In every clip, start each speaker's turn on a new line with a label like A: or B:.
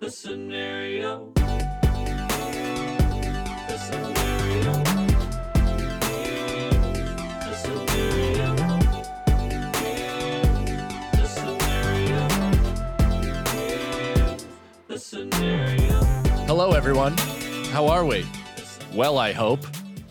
A: the scenario. Here's the scenario. The scenario. Here's the scenario. Here's the scenario. Here's the scenario.
B: Hello, everyone. How are we? Well, I hope.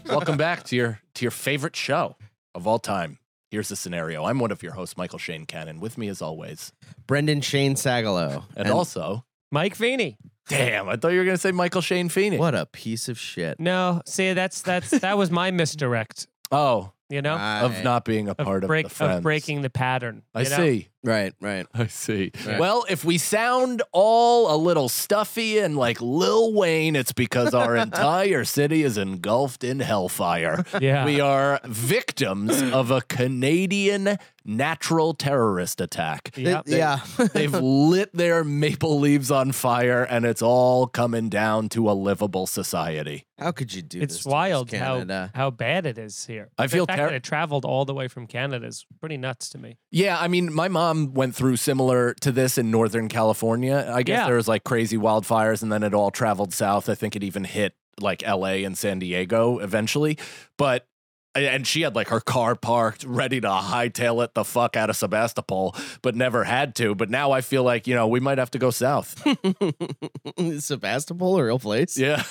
B: Welcome back to your to your favorite show of all time. Here's the scenario. I'm one of your hosts, Michael Shane Cannon. With me, as always,
C: Brendan Shane Sagalow.
B: and, also,
D: Mike Feeney.
B: damn, I thought you were gonna say Michael Shane Feeney.
C: what a piece of shit.
D: No, see that's that's that was my misdirect.
B: Oh,
D: You know,
C: I-
B: of not being a
D: of
B: part
D: break
B: of the friends.
D: breaking the pattern.
B: I
D: you know?
B: see.
C: Right, right.
B: I see.
C: Right.
B: Well, if we sound all a little stuffy and like Lil Wayne, it's because our entire city is engulfed in hellfire.
D: Yeah.
B: We are victims of a Canadian natural terrorist attack.
D: Yep.
C: Th- yeah.
B: They've lit their maple leaves on fire and it's all coming down to a livable society.
C: how could you do this?
D: It's
C: to us,
D: wild how
C: Canada?
D: how bad it is here.
B: I feel
D: the fact
B: ter-
D: that it traveled all the way from Canada is pretty nuts to me.
B: Yeah, I mean, my mom went through similar to this in Northern California. I guess
D: Yeah.
B: there was like crazy wildfires, and then it all traveled south. I think it even hit like L.A. and San Diego eventually. But and she had like her car parked, ready to hightail it the fuck out of Sebastopol, but never had to. But now I feel like you know we might have to go south.
C: Sebastopol, a real place?
B: yeah,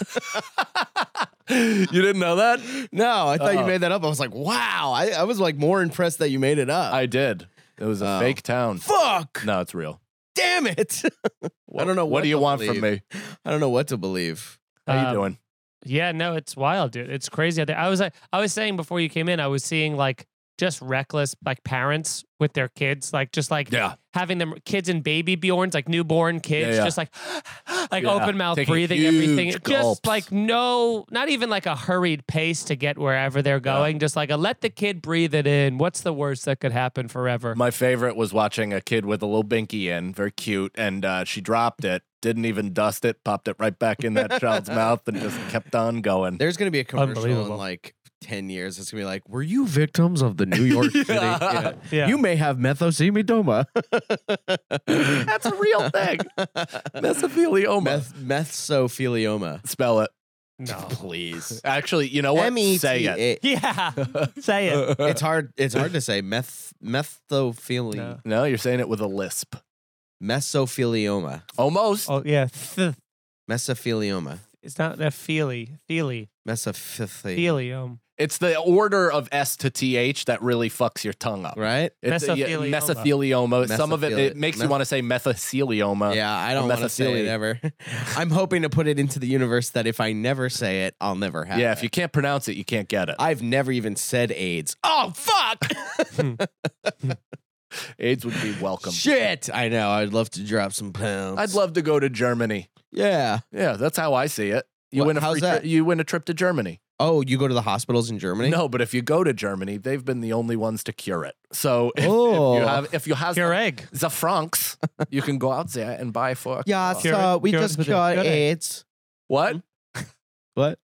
B: you didn't know that?
C: No, I thought
B: Uh-oh.
C: you made that up. I was like, wow. I, I was like more impressed that you made it up.
B: I did. It was a
C: Oh.
B: fake town.
C: Fuck.
B: No, it's real.
C: Damn it. I don't know.
B: What, do you
C: to
B: want from
C: believe.
B: me?
C: I don't know what to believe.
B: How you
D: Um,
B: doing?
D: Yeah, no, it's wild, dude. It's crazy out there. I was like, I was saying before you came in, I was seeing like just reckless like parents with their kids, like just like
B: Yeah.
D: having them kids and baby Bjorns, like newborn kids,
B: Yeah, yeah.
D: just like like
B: Yeah.
D: open mouth
B: Taking
D: breathing,
B: huge
D: everything.
B: gulps.
D: Just like no, not even like a hurried pace to get wherever they're going. Just like a let the kid breathe it in. What's the worst that could happen forever?
B: My favorite was watching a kid with a little binky in, very cute, and uh, she dropped it, didn't even dust it, popped it right back in that child's mouth, and just kept on going.
C: There's going to be a commercial in
D: Unbelievable.
C: like 10 years. It's going to be like, were you victims of the New York City?
B: Yeah.
D: Yeah.
C: You may have methosemidoma.
B: That's a real thing. Mesothelioma.
C: Meth- methosophilioma.
B: Spell it,
D: no.
B: please. Actually, you know what?
D: E
C: E
B: Say it.
C: M-E-T-A-
D: Yeah. Say it.
C: It's hard. It's hard to say. Meth methophili
D: No.
B: No, you're saying it with a lisp.
C: mesophilioma
B: Almost.
D: Oh yeah. Th-
C: mesophilioma
D: it's not a feely. Feely. um,
C: mesophythi.
D: Felium.
B: It's the order of S to TH that really fucks your tongue up.
C: Right?
B: It's a- yeah,
D: Mesothelioma.
B: mesothelioma. Some of it,
C: Mesotheli-
B: it makes you
C: meth-
B: want to say mesothelioma.
C: Yeah, I don't want to say
B: Uh, methophili.
C: it ever. I'm hoping to put it into the universe that if I never say it, I'll never have.
B: Yeah, if
C: it.
B: you can't pronounce it, you can't get it.
C: I've never even said AIDS. Oh fuck!
B: AIDS would be welcome.
C: Shit! I know. I'd love to drop some pounds.
B: I'd love to go to Germany.
C: Yeah.
B: Yeah, that's how I see it. You
C: What-
B: win a
C: how's
B: free
C: that?
B: Tri- you win a trip to Germany.
C: Oh, you go to the hospitals in Germany?
B: No, but if you go to Germany, they've been the only ones to cure it. So if, if you
C: Oh.
B: have if you have
D: Your egg.
B: the francs, you can go out there and buy for
C: Yeah,
D: Cure
C: so
D: it-
C: uh, we
D: cure it
C: just
D: with a-
C: cured
D: cure it.
C: AIDS.
B: what?
C: What?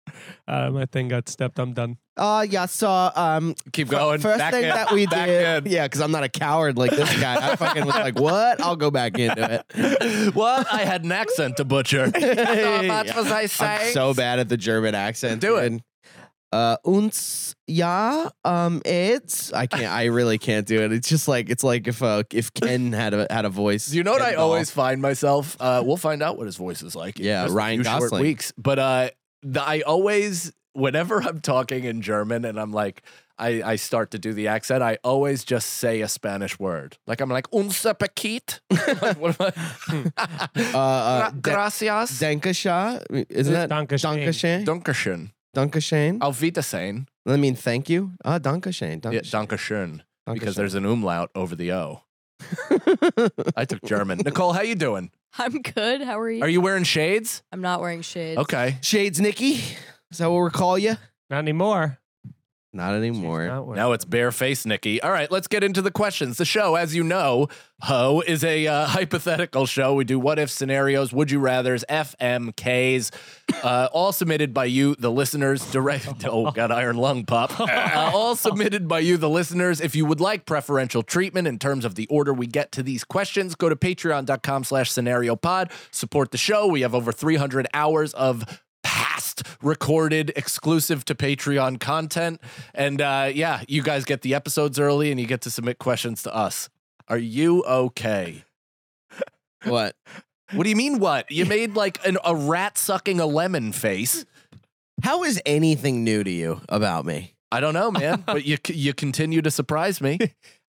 D: Uh, my thing got stepped. I'm done.
C: Uh, yeah. So, um,
B: Keep
C: Fir-
B: going.
C: First
B: Back
C: thing
B: in.
C: that we
B: Back
C: did,
B: in.
C: yeah, because I'm not a coward like this guy. I fucking was like, "What? I'll go back into it."
B: well, I had an accent to butcher. How much was I
C: I'm
B: saying?
C: so bad at the German accent.
B: Do it.
C: dude. Uh, uns ja, um, it's I can't. I really can't do it. It's just like it's like if uh, if Ken had a had a voice.
B: You know what I
C: Ken Doll.
B: always find myself? Uh, we'll find out what his voice is like. in
C: Yeah,
B: just a
C: Ryan
B: few short
C: Gosling.
B: weeks, but uh, the, I always, whenever I'm talking in German and I'm like, I, I start to do the accent, I always just say a Spanish word. Like I'm like unser paquet. like, what am I?
C: uh, uh
B: Gra- gracias.
C: Dankasha, isn't that
D: Dankeschön.
C: Dankashen?
B: Dankeschön.
C: Dankashen.
B: Auf Wiedersehen.
C: I mean, thank you. Ah, Dankashen.
B: Oh. Yeah,
C: Dankashen.
B: Dankeschön. because there's an umlaut over the O. I took German. Nicole, how you doing?
E: I'm good. How are you?
B: Are you wearing shades?
E: I'm not wearing shades.
B: Okay.
C: Shades Nikki. Is that what we'll call you?
D: Not anymore.
C: Not anymore.
B: Now it's barefaced, Nikki. All right, let's get into the questions. The show, as you know, Ho, is a uh, hypothetical show. We do what if scenarios, would you rathers, FMKs, uh, all submitted by you, the listeners, direct. Oh, got iron lung pop. Uh, all submitted by you, the listeners. If you would like preferential treatment in terms of the order we get to these questions, go to patreon.com slash scenario pod. Support the show. We have over 300 hours of past recorded exclusive to Patreon content. And uh, yeah, you guys get the episodes early and you get to submit questions to us. Are you okay?
C: What?
B: What do you mean, what? You made like an, a rat sucking a lemon face.
C: How is anything new to you about me?
B: I don't know, man, but you c- you continue to surprise me.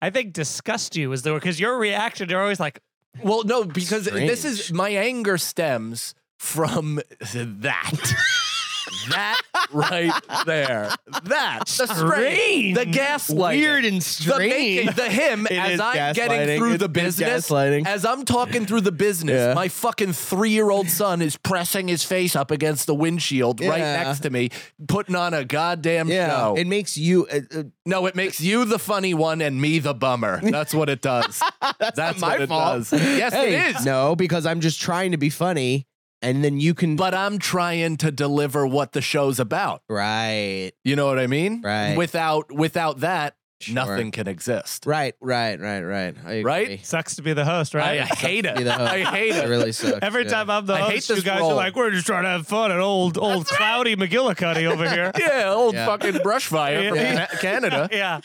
D: I think disgust you is the word because your reaction. You're always like,
B: Well, no, because this is
C: Strange.
B: my anger stems from that. that right there. That. The strain. The gaslight.
C: Weird and
B: the making,
C: strange.
B: the him
C: It
B: as
C: is
B: I'm getting
C: gaslighting.
B: through the
C: It's big
B: business,
C: gaslighting.
B: as I'm talking through the business,
C: Yeah.
B: my fucking three year old son is pressing his face up against the windshield right
C: Yeah.
B: next to me, putting on a goddamn
C: Yeah,
B: show.
C: it makes you. Uh, uh,
B: no, it makes you the funny one and me the bummer. That's what it does. That's,
C: my
B: what it
C: fault.
B: does. Yes,
C: hey,
B: it is.
C: No, because I'm just trying to be funny, and then you can.
B: But I'm trying to deliver what the show's about.
C: right,
B: You know what I mean?
C: Right.
B: Without without that,
C: Sure.
B: nothing can exist.
C: right, right, right, right. I
B: Right?
C: agree.
D: sucks to be the host,
B: I,
D: right?
B: I hate it.
C: Be the host.
B: I hate
C: It
B: it.
C: Oh. really sucks.
D: Every
C: yeah.
D: time I'm the
B: I hate
D: host, you
B: this
D: guys
B: role.
D: are like, we're just trying to have fun at old, old cloudy McGillicuddy over here.
B: Yeah, old
C: Yeah.
B: fucking brush fire from
D: Yeah.
B: Ca- Canada.
D: yeah.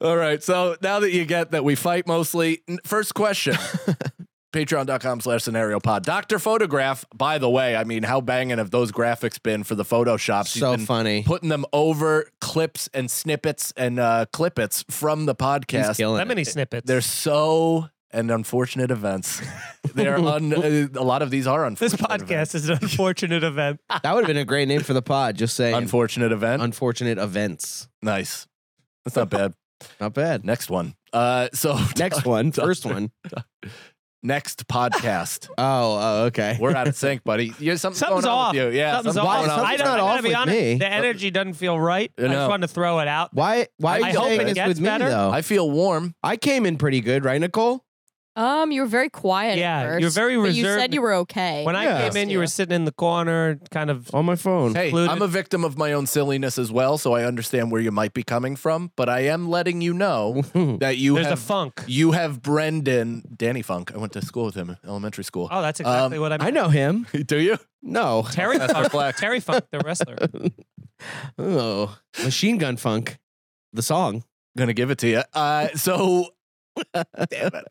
B: All right. So now that you get that we fight mostly, n- first question. Patreon.com slash scenario pod. Dr. Photograph, by the way, I mean, how banging have those graphics been for the Photoshops? You've
C: so
B: been
C: funny.
B: Putting them over clips and snippets and uh, clippets from the
C: He's
B: podcast.
C: killing
D: That
C: it.
D: many snippets.
B: They're so and unfortunate events. They're un- uh, a lot of these are
D: this
B: unfortunate. events.
D: podcast is an unfortunate event.
C: That would have been a great name for the pod. Just saying.
B: Unfortunate event.
C: Unfortunate events.
B: nice. That's not bad.
C: Not bad.
B: Next one. Uh, so
C: Next one, first one.
B: next podcast.
C: Oh, oh, okay.
B: We're out of sync, buddy. You're something's,
D: Something's
B: going
D: off.
B: on with you. Yeah,
D: Something's
C: why-
D: off.
B: going on
D: I
B: with
D: don't
B: you.
D: I
C: off
D: gotta be
C: with
D: honest.
C: me.
D: The energy doesn't feel right.
B: You
D: I
B: know.
D: just wanted to throw it out.
C: Why? Why are
D: I
C: you
D: hope it
C: saying this
D: gets
C: with me
D: better.
C: though?
B: I feel warm.
C: I came in pretty good, right, Nicole?
E: Um, you were very quiet. at
D: Yeah,
E: first,
D: you're very
E: but You
D: reserved.
E: said you were okay.
D: When I
C: Yeah.
D: came in, you were sitting in the corner, kind of.
C: On my phone.
B: Hey,
D: Included.
B: I'm a victim of my own silliness as well, so I understand where you might be coming from, but I am letting you know that you
D: There's a
B: have
D: funk.
B: you have Brendan Danny Funk. I went to school with him, in elementary school.
D: Oh, that's exactly what I meant.
C: I know him.
B: Do you?
C: No.
D: Terry
B: Um, That's
D: Funk.
B: perplexed.
D: Terry Funk, the wrestler.
C: Oh, Machine Gun Funk, the song.
B: Gonna give it to you. Uh, so. Damn it.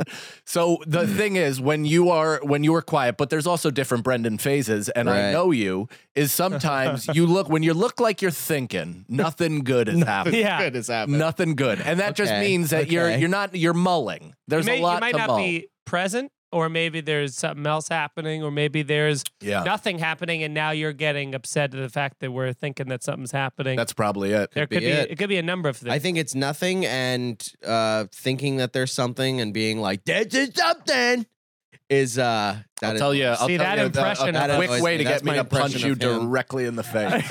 B: So the thing is, when you are when you are quiet, but there's also different Brendan phases, and I
C: Right.
B: know you is sometimes you look when you look like you're thinking nothing good is happening,
D: Yeah.
C: Good as happened.
B: nothing good, and that just
C: Okay,
B: means that you're
C: okay.
B: you're not you're mulling.
D: You
B: There's
D: may,
B: a
D: you
B: lot
D: might
B: to
D: not
B: mull.
D: be present, or maybe there's something else happening, or maybe there's
C: Uh,
B: yeah,
D: nothing happening, and now you're getting upset at the fact that we're thinking that something's happening.
B: that's probably it.
D: there
C: could
D: could
C: be
D: be
C: it.
D: it. could be a number of things.
C: I think it's nothing and uh thinking that there's something and being like, this is something is uh that
B: I'll
C: is-
B: tell you. I'll
D: See,
B: tell
D: that
B: you the-
D: impression
B: A,
C: of-
B: quick way to
C: That's
B: get me
C: my
B: to punch
C: impression
B: you
C: of him.
B: directly in the face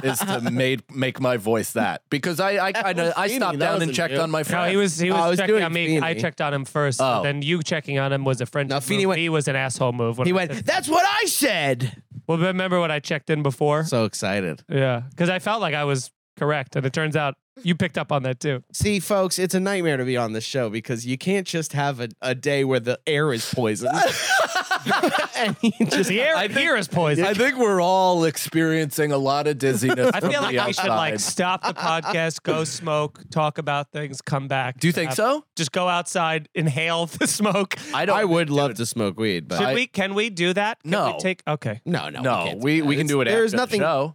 B: is to made, make my voice that because I I kind of I
C: Feeny,
B: stopped
C: that
B: down and
C: wasn't
B: checked
C: you.
B: on my
D: No,
B: friend.
D: he was he
C: Oh,
D: was,
C: I was
D: checking
C: doing
D: on me. I
C: Feeney.
D: checked on him first.
B: Oh.
D: Then you checking on him was a friendship.
C: No, Feeney
D: move.
C: went-
D: he was an asshole move. when
C: He
D: I
C: went,
D: said-
C: That's what I said.
D: Well, remember when I checked in before?
C: So excited.
D: yeah, because I felt like I was correct, and it turns out you picked up on that too.
C: See, folks, it's a nightmare to be on this show because you can't just have a, a day where the air is poisoned. and you just
D: The air here is poison.
B: I think we're all experiencing a lot of dizziness.
D: I
B: from
D: feel like
B: the
D: we should
B: outside.
D: like stop the podcast, go smoke, talk about things, come back.
B: Do you think
D: Have-
B: so?
D: Just go outside, inhale the smoke.
B: I don't.
C: I would love to smoke weed, but
D: Should
C: I-
D: we? Can we do that? Can
B: No.
D: We take okay.
C: no, no,
B: no,
C: can't do
B: we
C: that.
B: we can
C: It's-
B: do it.
C: There's
B: after
C: nothing
B: The show.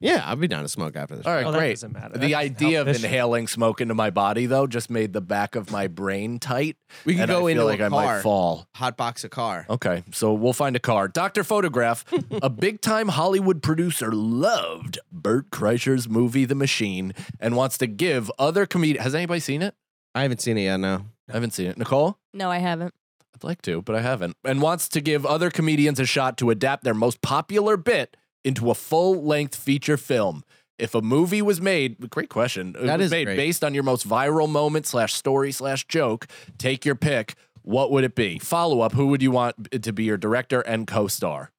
C: Yeah, I'll be down to smoke after this.
B: All right,
D: Oh, that
B: great.
D: doesn't matter. That
B: The
D: doesn't
B: idea
D: help
B: of
D: this shit.
B: inhaling smoke into my body, though, just made the back of my brain tight.
C: We could
B: and
C: go
B: I
C: into
B: feel
C: a
B: like I
C: car.
B: might fall.
C: Hot box a car.
B: Okay, so we'll find a car. Dr. Photograph, a big time Hollywood producer, loved Burt Kreischer's movie The Machine and wants to give other comedians. Has anybody seen it?
C: I haven't seen it yet. No.
B: I haven't seen it. Nicole?
E: No, I haven't.
B: I'd like to, but I haven't. And wants to give other comedians a shot to adapt their most popular bit into a full length feature film. If a movie was made, great question. It
C: That
B: was
C: is
B: made
C: great.
B: based on your most viral moment slash story slash joke. Take your pick. What would it be? Follow up. Who would you want b- to be your director and co-star?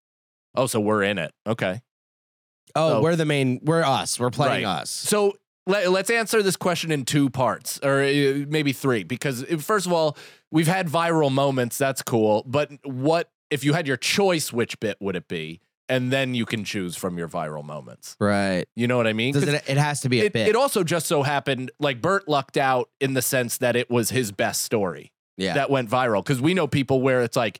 B: Oh, so we're in it. Okay.
C: Oh,
B: So-
C: we're the main. We're us. We're playing
B: Right.
C: us.
B: So let, let's answer this question in two parts, or uh, maybe three, because uh, first of all, we've had viral moments. That's cool. But what if you had your choice? Which bit would it be? And then you can choose from your viral moments.
C: Right.
B: You know what I mean?
C: Does
B: 'Cause
C: it, it has to be a
B: it,
C: bit.
B: it also just so happened like Bert lucked out in the sense that it was his best story
C: yeah.
B: that went viral. Because we know people where it's like,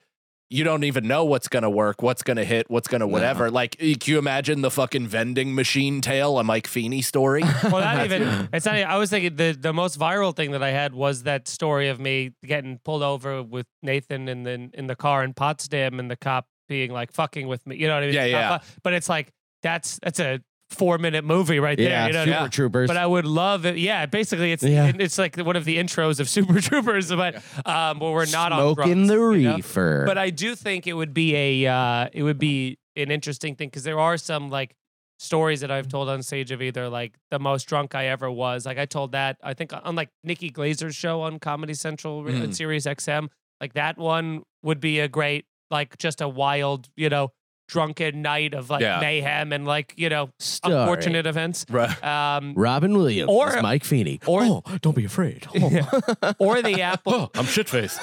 B: you don't even know what's going to work, what's going to hit, what's going to
C: No.
B: whatever. Like, eh, can you imagine the fucking vending machine tale, a Mike Feeney story?
D: Well, not even. It's not. I was thinking the the most viral thing that I had was that story of me getting pulled over with Nathan in the in the car in Potsdam, and the cop being like fucking with me. You know what I mean?
B: Yeah,
D: It's not
B: yeah.
D: fu- But it's like that's that's a four minute movie right
C: yeah.
D: there. You know what I
C: Super
D: mean?
C: Troopers.
D: But I would love it. Yeah, basically, it's
C: Yeah.
D: it's like one of the intros of Super Troopers, but um, where we're not on drugs,
C: smoking the
D: you know?
C: reefer.
D: But I do think it would be a uh, it would be an interesting thing because there are some like stories that I've
B: Mm-hmm.
D: told on stage of either like the most drunk I ever was. Like I told that I think on like Nikki Glazer's show on Comedy Central re-
B: Mm.
D: and Sirius XM. Like that one would be a great like just a wild you know drunken night of like
B: Yeah.
D: mayhem and like you know
C: Story.
D: unfortunate events.
B: Right.
D: Um,
C: Robin Williams
D: Or-
C: is Mike Feeney.
D: or-
C: oh, don't be afraid. Oh.
D: or the apple
B: I'm shit faced.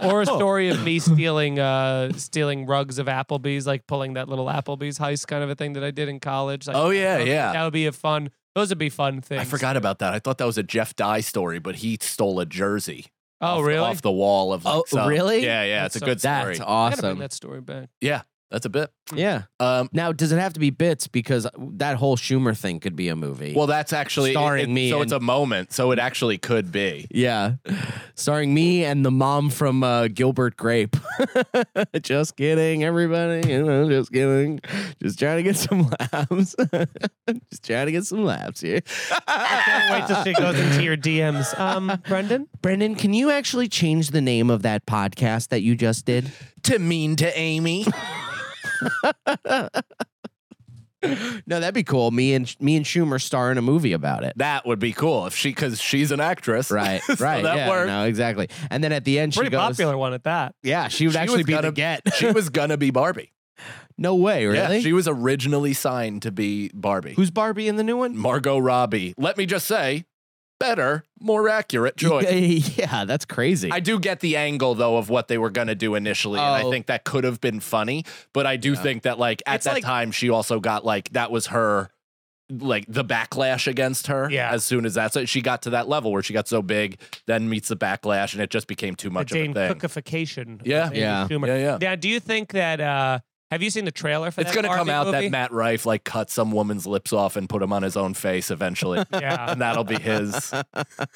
D: or a
B: Oh.
D: story of me stealing uh stealing rugs of Applebee's, like pulling that little Applebee's heist kind of a thing that I did in college. Like,
B: oh yeah,
D: that would-
B: yeah.
D: That would be a fun. Those would be fun things.
B: I forgot about that. I thought that was a Jeff Dye story, but he stole a jersey.
D: Oh
B: off,
D: really?
B: Off the wall of. Like,
C: Oh,
B: some-
C: really?
B: Yeah, yeah. It's a
D: That's
B: good story.
C: That's
D: I gotta bring
C: awesome.
D: that story back.
B: yeah, that's a bit.
C: Yeah.
B: Um,
C: Now, does it have to be bits? Because that whole Schumer thing could be a movie.
B: well, that's actually
C: Starring
B: it-
C: me
B: So it's a
C: and-
B: moment. So it actually could be.
C: yeah, starring me and the mom from uh, Gilbert Grape. just kidding, everybody. You know, just kidding. Just trying to get some laughs. just trying to get some laughs here.
D: I can't wait till she goes into your DMs. Um, Brendan,
C: Brendan, can you actually change the name of that podcast that you just did?
B: To mean to Amy.
C: No, that'd be cool. Me and me and Schumer star in a movie about it.
B: that would be cool if she, because she's an actress.
C: Right,
B: So
C: right.
B: that
C: yeah,
B: worked.
C: No, exactly. And then at the end,
D: pretty
C: she goes,
D: popular one at that.
C: "Yeah, she would
B: She
C: actually
B: was
C: be the
B: gonna-
C: get."
B: she was gonna be Barbie.
C: no way, really.
B: Yeah, she was originally signed to be Barbie.
C: Who's Barbie in the new one?
B: Margot Robbie? Let me just say, better, more accurate choice.
C: yeah, that's crazy.
B: I do get the angle though of what they were going to do initially, and I
C: Oh.
B: think that could have been funny. But I do think that like at
D: It's
B: that
D: like-
B: time, she also got like that was her like the backlash against her.
D: Yeah.
B: As soon as that's so she got to that level where she got so big, then meets the backlash, and it just became too much
D: the Dane
B: of a thing.
D: Cookification. of
B: Yeah.
D: Amy
C: Yeah.
D: Schumer.
B: Yeah, yeah.
D: Now, do you think that? uh Have you seen the trailer for
B: It's
D: that?
B: going to come out
D: Barbie movie?
B: that Matt Rife like cut some woman's lips off and put them on his own face eventually,
D: Yeah.
B: and that'll be his.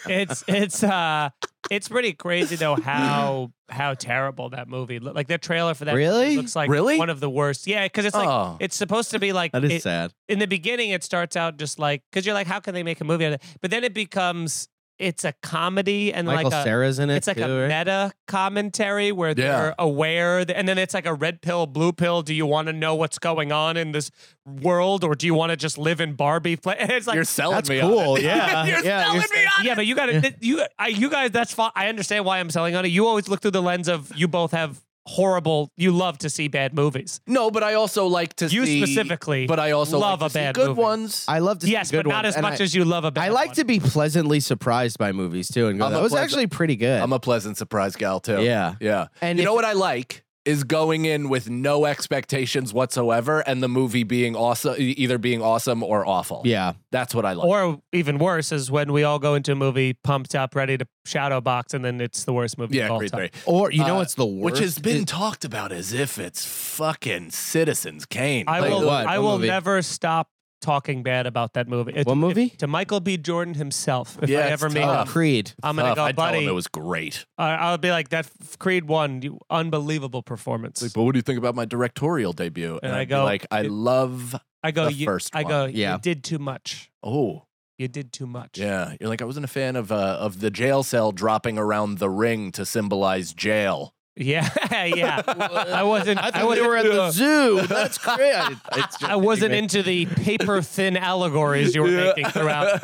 D: it's it's uh it's pretty crazy though how how terrible that movie look like the trailer for that movie
C: Really?
D: looks like
B: Really?
D: one of the worst yeah because it's like
B: oh,
D: it's supposed to be like
C: that is
D: it-
C: sad.
D: in the beginning it starts out just like because you're like how can they make a movie out of it but then it becomes it's a comedy and
C: Michael
D: like a,
C: Sarah's in it.
D: it's like
C: too,
D: a
C: right?
D: meta commentary where
B: Yeah.
D: they're aware, that, and then it's like a red pill, blue pill. Do you want to know what's going on in this world, or do you want to just live in Barbie? Play? It's like
B: you're selling
C: That's
B: me.
C: cool.
B: On it.
C: Yeah.
B: you're
C: Yeah,
B: selling
C: you're
B: me on
D: Yeah, but you got to you I, you guys. That's fine. I understand why I'm selling on it. You always look through the lens of you both have horrible. You love to see bad movies.
B: No, but I also like to
D: You
B: see
D: specifically
B: But I also
D: love
B: like
D: a
B: to see
D: bad
B: good
D: movie.
B: ones.
C: I love to see
D: yes,
C: good
D: but not
C: ones,
D: as
C: and
D: much
C: I,
D: as you love a bad.
C: I like
D: one.
C: to be pleasantly surprised by movies too, and go,
B: I'm a
C: that was
B: pleasant-
C: actually pretty good.
B: I'm a pleasant surprise gal too.
C: yeah,
B: Yeah.
C: and
B: you
C: if-
B: know what I like? is going in with no expectations whatsoever, and the movie being awesome, e, either being awesome or awful.
C: Yeah.
B: that's what I love.
D: Or even worse is when we all go into a movie pumped up, ready to shadow box, and then it's the worst movie
B: yeah,
D: of all
B: great,
D: time.
B: great.
C: Or you know
B: Uh,
C: what's the worst?
B: Which has been
C: It-
B: talked about as if it's fucking Citizens Kane.
D: I
C: Like
D: will.
C: what?
D: I
C: What
D: will
C: movie?
D: never stop talking bad about that movie. It-
C: What
D: if-
C: movie?
D: to Michael B. Jordan himself. If
B: Yeah,
D: I
B: it's
D: ever meet
B: tough.
D: him,
C: Creed.
D: I'm gonna
B: Tough.
D: go,
B: I'd tell him
D: buddy.
B: it was great.
D: uh, I'll be like that. f- Creed one, you, unbelievable performance.
B: Like, but what do you think about my directorial debut?
D: And I
B: I'd be
D: go,
B: like, I
D: it-
B: love.
D: I go.
B: the
D: you,
B: first
D: I
B: one.
D: go.
C: Yeah.
D: You did too much.
B: Oh,
D: You did too much.
B: Yeah, you're like I wasn't a fan of uh, of the jail cell dropping around the ring to symbolize jail.
D: Yeah. yeah. I wasn't. I,
C: I thought
D: wasn't
C: they were at the
D: into-
C: zoo. That's great. I, it's just-
D: I wasn't into the paper thin allegories you were making throughout.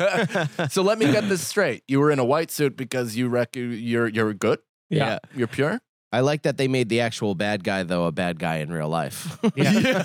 B: so let me get this straight: you were in a white suit because you rec- you're you're good,
C: Yeah.
B: you're pure.
C: I like that they made the actual bad guy though a bad guy in real life.
D: Yeah.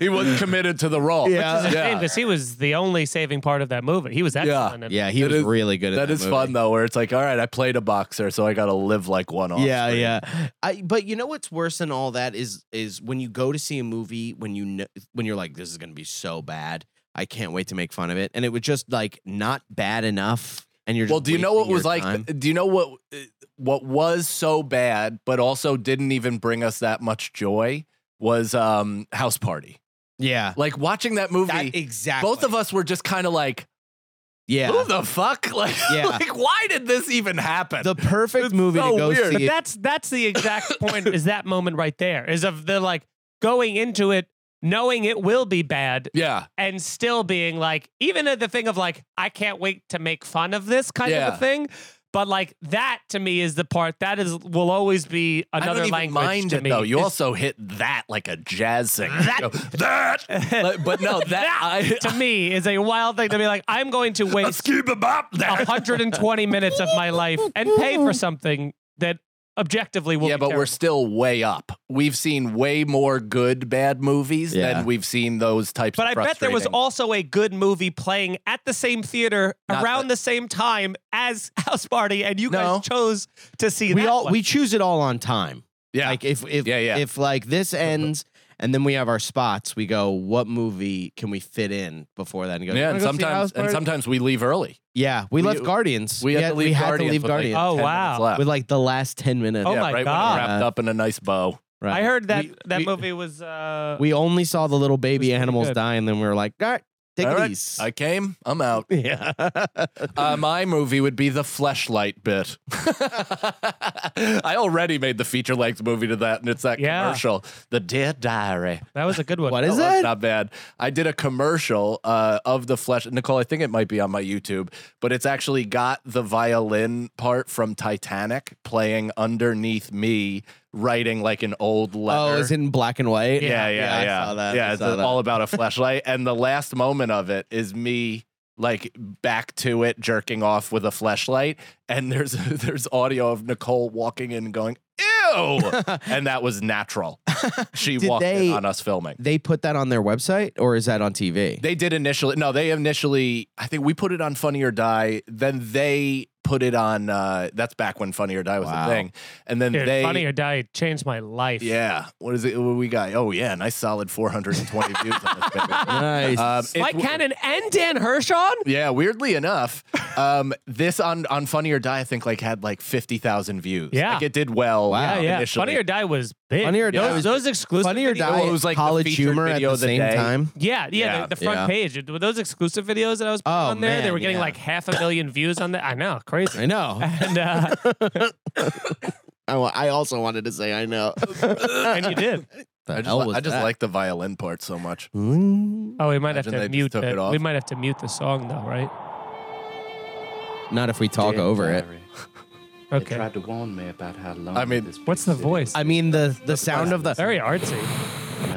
B: he was committed to the role.
C: Yeah.
D: It's a shame because he was the only saving part of that movie. He was excellent. in it.
C: yeah, he
B: That
C: was
B: is-
C: really good at that.
B: that is
C: movie.
B: fun though, where it's like, all right, I played a boxer, so I got to live like one off.
C: yeah yeah i but you know what's worse than all that is is when you go to see a movie when you know when you're like this is gonna be so bad i can't wait to make fun of it and it was just like not bad enough and you're
B: Well,
C: just
B: do you know what
C: wasting
B: was
C: your
B: like?
C: time.
B: Do you know what what was so bad, but also didn't even bring us that much joy? Was um, House Party.
C: yeah
B: Like watching that movie,
C: that, exactly
B: both of us were just kind of like,
C: yeah
B: "Who the fuck? Like,
C: Yeah.
B: like, why did this even happen?"
C: the perfect movie
B: so
C: to go
B: weird.
D: But
C: see
D: that's that's the exact point. Is that moment right there? Is of the like going into it, knowing it will be bad,
B: yeah,
D: and still being like, even at the thing of like, I can't wait to make fun of this kind of
B: Yeah.
D: a thing. But like that to me is the part that is will always be
B: I don't
D: another
B: even
D: language
B: mind
D: to
B: it
D: me.
B: though. You
D: It's-
B: also hit that like a jazz singer. That, that. Like, but no, that, I.
D: to me is a wild thing to be like, I'm going to
B: a
D: waste
B: scuba bop that.
D: 120 minutes of my life and pay for something that objectively will
B: yeah,
D: be
B: but we're
D: terrible.
B: still way up. We've seen way more good bad movies
C: Yeah.
B: than we've seen those types.
D: But
B: of
D: I bet there was
B: frustrating-
D: also a good movie playing at the same theater
B: Not
D: around
B: that-
D: the same time as House Party, and you
B: No.
D: guys chose to see
C: we
D: that
C: all
D: one.
C: we choose it all on time
B: yeah.
C: like if if
B: Yeah, yeah.
C: if like this ends and then we have our spots we go what movie can we fit in before that and go
B: yeah,
C: "Wanna
B: and
C: go see House
B: sometimes and
C: Party?"
B: sometimes we leave early.
C: Yeah, we,
B: We-
C: left Guardians.
B: We had to leave
C: we
B: Guardians.
C: Had to leave
B: with, like, uh,
C: Guardians.
B: 10
D: Oh,
B: minutes
D: wow.
B: left.
C: With like the last ten minutes.
D: Oh
B: yeah,
D: my
B: right when it
D: God.
B: wrapped up in a nice bow.
C: Right.
D: I heard that
C: We-
D: that
C: we-
D: movie was. Uh,
C: We only saw the little baby
D: pretty
C: animals
D: good.
C: die, and then we were like, "All right, take
B: All
C: it
B: right,
C: easy."
B: I came. I'm out.
C: yeah.
B: Uh, my movie would be the fleshlight bit. I already made the feature length movie to that, and it's that
D: Yeah.
B: commercial, the Dear Diary.
D: that was a good one.
C: What is
B: That was
C: it?
B: Oh, Not bad. I did a commercial uh, of the flesh. Nicole, I think it might be on my YouTube, but it's actually got the violin part from Titanic playing underneath me, writing like an old letter.
C: oh, is it in black and white?
B: yeah, yeah, yeah.
C: I saw that.
B: Yeah,
C: I
B: it's
C: saw that.
B: all about a flashlight. and the last moment of it is me like back to it, jerking off with a flashlight. And there's there's audio of Nicole walking in and going, "Ew," and that was natural. She
C: Did
B: walked
C: they-
B: in on us filming.
C: they put that on their website, or is that on TV?
B: They did initially. No, they initially. I think we put it on Funny or Die. Then they put it on. Uh, that's back when Funny or Die was
C: Wow.
B: a thing. And then
D: Oh, Dude,
B: they.
D: Funny or Die changed my life.
B: yeah. What is it? What we got? Oh yeah, nice solid 420 views on this baby.
C: nice.
B: Um, it-
D: Mike Cannon and Dan Hershon.
B: yeah, weirdly enough, um, this on on Funny or Die, I think like had like fifty thousand views.
D: Yeah.
B: like it did well.
C: Wow.
D: Yeah, yeah.
B: initially.
D: Funny or Die was big.
C: Funny or
D: Those-
C: Die was-
D: Those exclusive.
C: Funny or
D: videos-
C: die.
B: it was like the
C: college
B: featured
C: humor at
B: video
C: the
B: of the
C: same
B: day.
C: time.
D: Yeah, yeah,
B: Yeah.
D: The, the front
C: Yeah.
D: page. It- Those exclusive videos that I was putting
C: Oh,
D: on there, they
C: man,
D: were getting
C: yeah.
D: like half a million views on that. I know, crazy.
C: I know.
D: And uh,
C: I, wa- I also wanted to say I know.
D: and you did.
C: The
B: I just,
C: hell
B: li-
C: was
B: I just
C: that?
B: like the violin part so much.
C: Mm.
D: Oh, we might
B: Imagine they
D: have to
B: just
D: mute
B: took it
D: the,
B: off.
D: We might have to mute the song though, right?
C: Not if we talk over it.
F: They
D: Okay.
F: tried to warn me about how long.
B: I mean,
F: this
D: What's the
F: place
D: voice?
F: is.
C: I mean the the sound of the
D: Very artsy.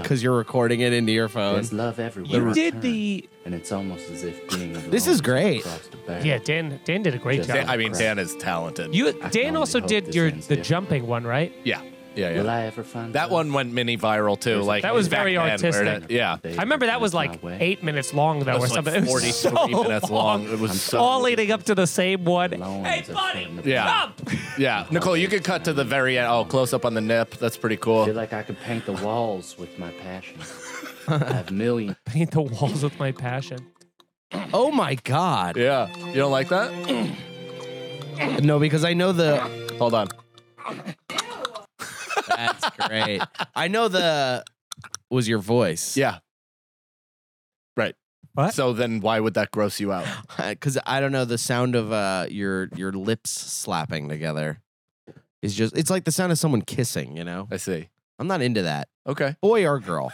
C: because you're recording it into your phone.
F: There's love everywhere.
D: You
F: I
D: did
F: turn,
D: the
F: and it's almost as if being alone
C: This is great.
F: across the barrier.
D: yeah. Dan Dan did a great
F: Just-
D: job.
B: Dan, I mean, Dan is talented.
D: you
F: I can
D: Dan
F: only
D: also
F: hope
D: did
F: this
D: your
F: ends
D: the
F: different.
D: jumping one, right?
B: yeah, Yeah, yeah.
F: Will I ever find
B: That
F: love?
B: one went mini viral too.
F: There's a-
B: Like
D: That was
B: back
D: very
B: then, where
D: artistic.
B: it- yeah.
F: They
D: I remember that
F: went
D: was
F: my
D: like
F: way.
D: eight minutes long though,
B: That
D: or
B: was
D: something.
B: like
D: It was
B: 40,
D: so
B: 50 minutes long. It was so.
D: all leading up to the same one.
F: Long
D: Hey,
F: as a
D: buddy,
F: friend of
B: Yeah.
D: jump!
B: Yeah, Nicole, you could cut to the very end. Oh, close up on the nip. That's pretty
F: I feel
B: cool.
F: like I could paint the walls with my passion. I have millions.
D: Paint the walls with my passion.
C: Oh my god.
B: Yeah, you don't like that?
C: No, because I know the.
B: Hold on.
C: That's great. I know the. Was your voice?
B: Yeah. Right.
D: What?
B: So then, why would that gross you out?
C: because I don't know the sound of uh your your lips slapping together is just it's like the sound of someone kissing. You know,
B: I see.
C: I'm not into that,
B: Okay.
C: boy or girl.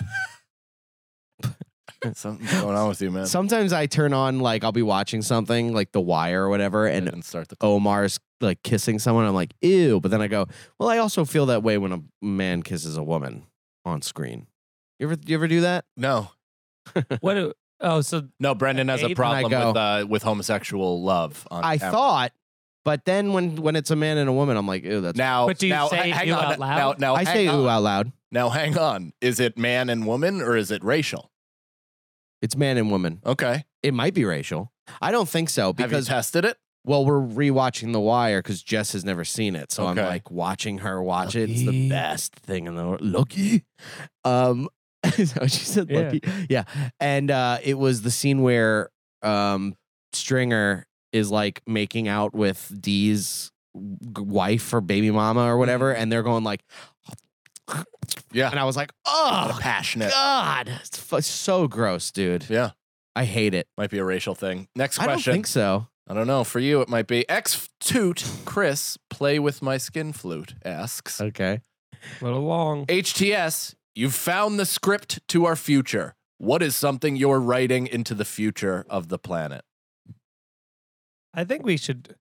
B: Something's going on with you, man.
C: Sometimes I turn on like I'll be watching something like The Wire or whatever,
B: I
C: and
B: didn't start the.
C: Omar's like kissing someone. I'm like ew, but then I go, well, I also feel that way when a man kisses a woman on screen. You ever you ever do that?
B: No,
D: What? do- Oh, so
B: no. Brendan has a
D: Eight.
B: problem
C: I
B: with uh, with homosexual love. On
C: I
B: camera.
C: thought, but then when when it's a man and a woman, I'm like ew, that's.
B: Now,
D: But do you
B: now,
D: say
B: hang
D: ew
B: on.
D: out loud?
B: Now, now
C: I
B: hang
C: say
B: on.
C: ooh out loud.
B: Now, hang on. Is it man and woman or is it racial?
C: It's man and woman.
B: Okay.
C: It might be racial. I don't think so
B: Have you
C: because
B: tested it?
C: well, we're rewatching The Wire because Jess has never seen it, so
B: Okay.
C: I'm like watching her watch it. It's
D: Lucky.
C: the best thing in the world. Lucky, um, is that what she said?
D: Yeah.
C: Lucky, yeah. And uh, it was the scene where um, Stringer is like making out with Dee's g- wife or baby mama or whatever, and they're going like,
B: Mm-hmm. Yeah.
C: and I was like,
B: Kinda
C: oh
B: passionate.
C: god, it's fu- so gross, dude.
B: Yeah.
C: I hate it.
B: Might be a racial thing. Next
C: I
B: question.
C: don't think so.
B: I don't know. For you, it might be X Toot Chris play with my skin flute asks
C: Okay.
D: a little long.
B: HTS. You've found the script to our future. What is something you're writing into the future of the planet?
D: I think we should.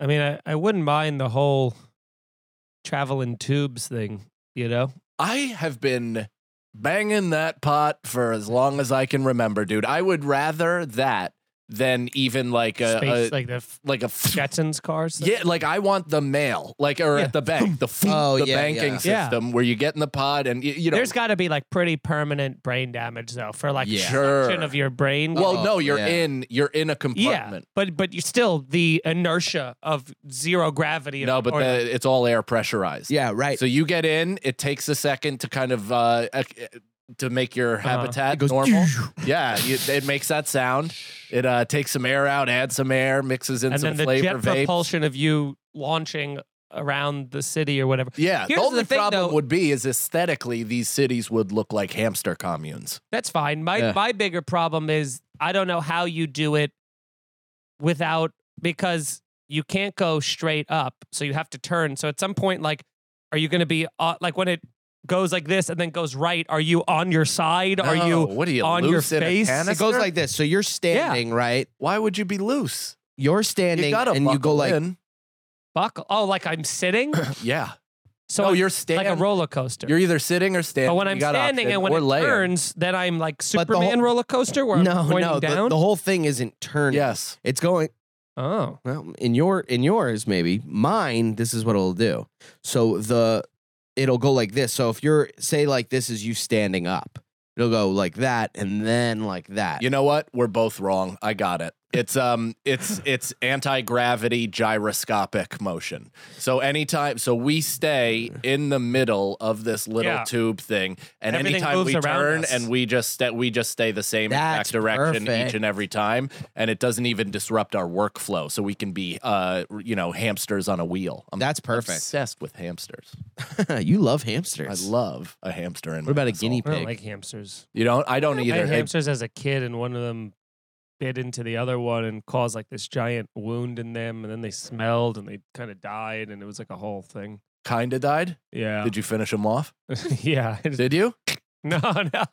D: I mean, I, I wouldn't mind the whole travel in tubes thing. You know,
B: I have been banging that pot for as long as I can remember, dude. I would rather that than even like a,
D: Space,
B: a-
C: uh,
D: like the f-
B: like a f-
D: Jetsons cars.
B: uh, Yeah, like I want the mail, like or
D: Yeah.
B: at the bank, the f-
C: Oh,
B: the
C: yeah,
B: banking
C: yeah.
D: Yeah.
B: system where you get in the pod and you, you know.
D: There's got to be like pretty permanent brain damage though for like
C: Yeah.
D: suction
B: Sure.
D: of your brain.
B: well,
C: Oh,
B: no, you're
C: yeah.
B: in you're in a
D: yeah,
B: compartment.
D: but but you still the inertia of zero gravity. of-
B: No, but
D: or
B: the, it's all air pressurized.
C: Yeah, right.
B: So you get in. It takes a second to kind of uh, ec- to make your
D: Uh-huh.
B: habitat
C: It goes
B: normal. yeah, you, it makes that sound. It uh, takes some air out, adds some air, mixes in
D: and
B: some
D: then the
B: flavor
D: jet
B: vape.
D: propulsion of you launching around the city or whatever.
B: Yeah,
D: Here's
B: the
D: the
B: only
D: thing,
B: problem
D: though.
B: would be is aesthetically these cities would look like hamster communes.
D: That's fine. My
C: Yeah.
D: my bigger problem is I don't know how you do it without because you can't go straight up, so you have to turn. So at some point, like, are you going to be uh, like when it goes like this and then goes right? Are you on your side? Are
B: No,
D: you?
B: what are you
D: on your
B: loose in a
D: face?
C: It
D: It
B: canister?
C: goes like this. So you're standing, right?
B: Why would you be loose?
C: You're standing,
B: you gotta
C: and you
B: buckle
C: go like,
B: in.
D: Buckle. Oh, like I'm sitting.
B: yeah.
D: So
B: no,
D: I'm
B: you're
D: like
B: standing.
D: a roller coaster.
B: You're either sitting or standing.
D: but when
B: You
D: I'm
B: got
D: standing
B: option
D: and when
B: or
D: it
B: laying.
D: turns, then I'm like
C: But the whole-
D: Superman roller coaster where I'm
C: no,
D: pointing
C: no. The,
D: down.
C: the whole thing isn't turning.
B: Yes.
C: it's going.
D: oh,
C: Well, in your in yours maybe mine. This is what it'll do. So the it'll go like this. So if you're say like this is you standing up, it'll go like that, and then like that.
B: You know what? We're both wrong. I got it. It's um it's it's anti-gravity gyroscopic motion. So anytime so we stay in the middle of this little
D: Yeah.
B: tube thing and
D: Everything
B: anytime
D: moves
B: we
D: around
B: turn
D: us.
B: and we just sta we just stay the same
C: That's
B: exact direction each
C: perfect.
B: and every time and it doesn't even disrupt our workflow so we can be uh you know hamsters on a wheel. I'm
C: That's perfect.
B: obsessed with hamsters.
C: you love hamsters.
B: I love a hamster in
C: What
B: my
C: about a
B: asshole.
C: guinea
D: I don't
C: pig?
D: like hamsters.
B: You don't I don't
D: I
B: either.
D: had
B: They-
D: hamsters as a kid, and one of them bit into the other one and caused like this giant wound in them, and then they smelled and they kind of died, and it was like a whole thing.
B: kinda died.
D: Yeah,
B: Did you finish them off?
D: yeah. I just-
B: Did you?
D: no, no.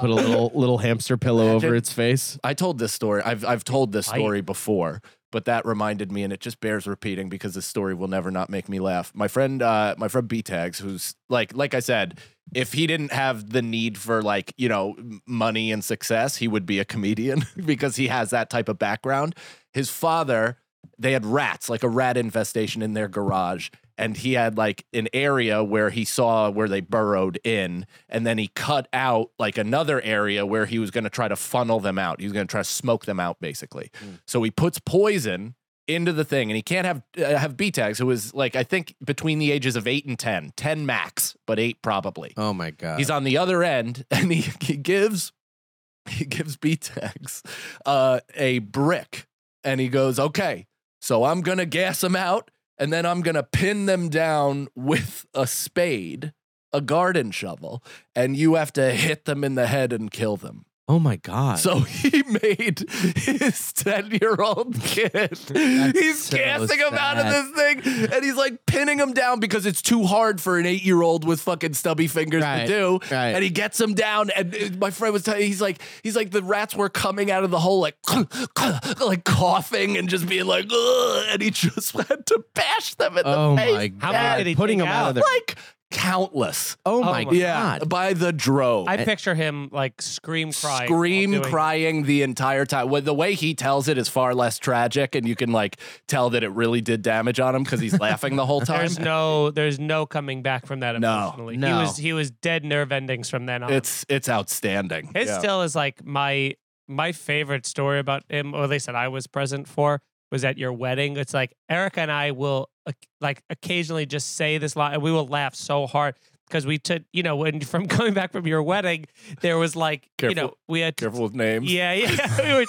C: Put a little little hamster pillow over
B: Imagine-
C: its face.
B: I told this story. I've I've told this
D: Bite.
B: story before, but that reminded me, and it just bears repeating because this story will never not make me laugh. My friend, uh, my friend B Tags, who's like like I said, if he didn't have the need for like you know m- money and success, he would be a comedian because he has that type of background. His father they had rats, like a rat infestation in their garage. And he had like an area where he saw where they burrowed in. And then he cut out like another area where he was going to try to funnel them out. He was going to try to smoke them out, basically. So he puts poison into the thing and he can't have uh, have B tags who is like I think between the ages of 8 and 10 10 max but 8 probably
C: Oh my god.
B: he's on the other end and he, he gives he gives B-Tex uh, a brick and he goes, okay, so I'm gonna gas them out and then I'm gonna pin them down with a spade, a garden shovel, and you have to hit them in the head and kill them.
C: oh my god.
B: So he made his 10 year old kid. he's
C: so
B: casting him out of
C: sad.
B: this thing and he's like pinning him down because it's too hard for an eight year old with fucking stubby fingers to
C: Right,
B: do.
C: right.
B: And he gets him down. And uh, my friend was telling he's like, he's like, the rats were coming out of the hole like, like coughing and just being like, "Ugh," and he just had to bash them in
C: oh
B: the face.
C: my
D: How
C: god.
D: many did he
C: Putting
D: take
C: him out of
D: out?
C: there.
B: Like countless.
C: Oh
D: Oh
C: my
D: my
C: god.
B: Yeah, by the drove.
D: I picture him like scream crying. while
B: scream
D: doing-
B: crying the entire time. Well, the way he tells it is far less tragic, and you can like tell that it really did damage on him because he's laughing the whole time.
D: There's no, there's no coming back from that
B: No,
D: emotionally.
C: no.
D: He was, he was dead nerve endings from then on.
B: it's it's outstanding.
D: It
B: Yeah.
D: still is like my my favorite story about him, or at least that I was present for, was at your wedding. It's like Erica and I will oc- like occasionally just say this line, and we will laugh so hard because we took, you know, when from coming back from your wedding, there was like, you know,
B: Careful.
D: we had to
B: Careful with names.
D: yeah, yeah. We were-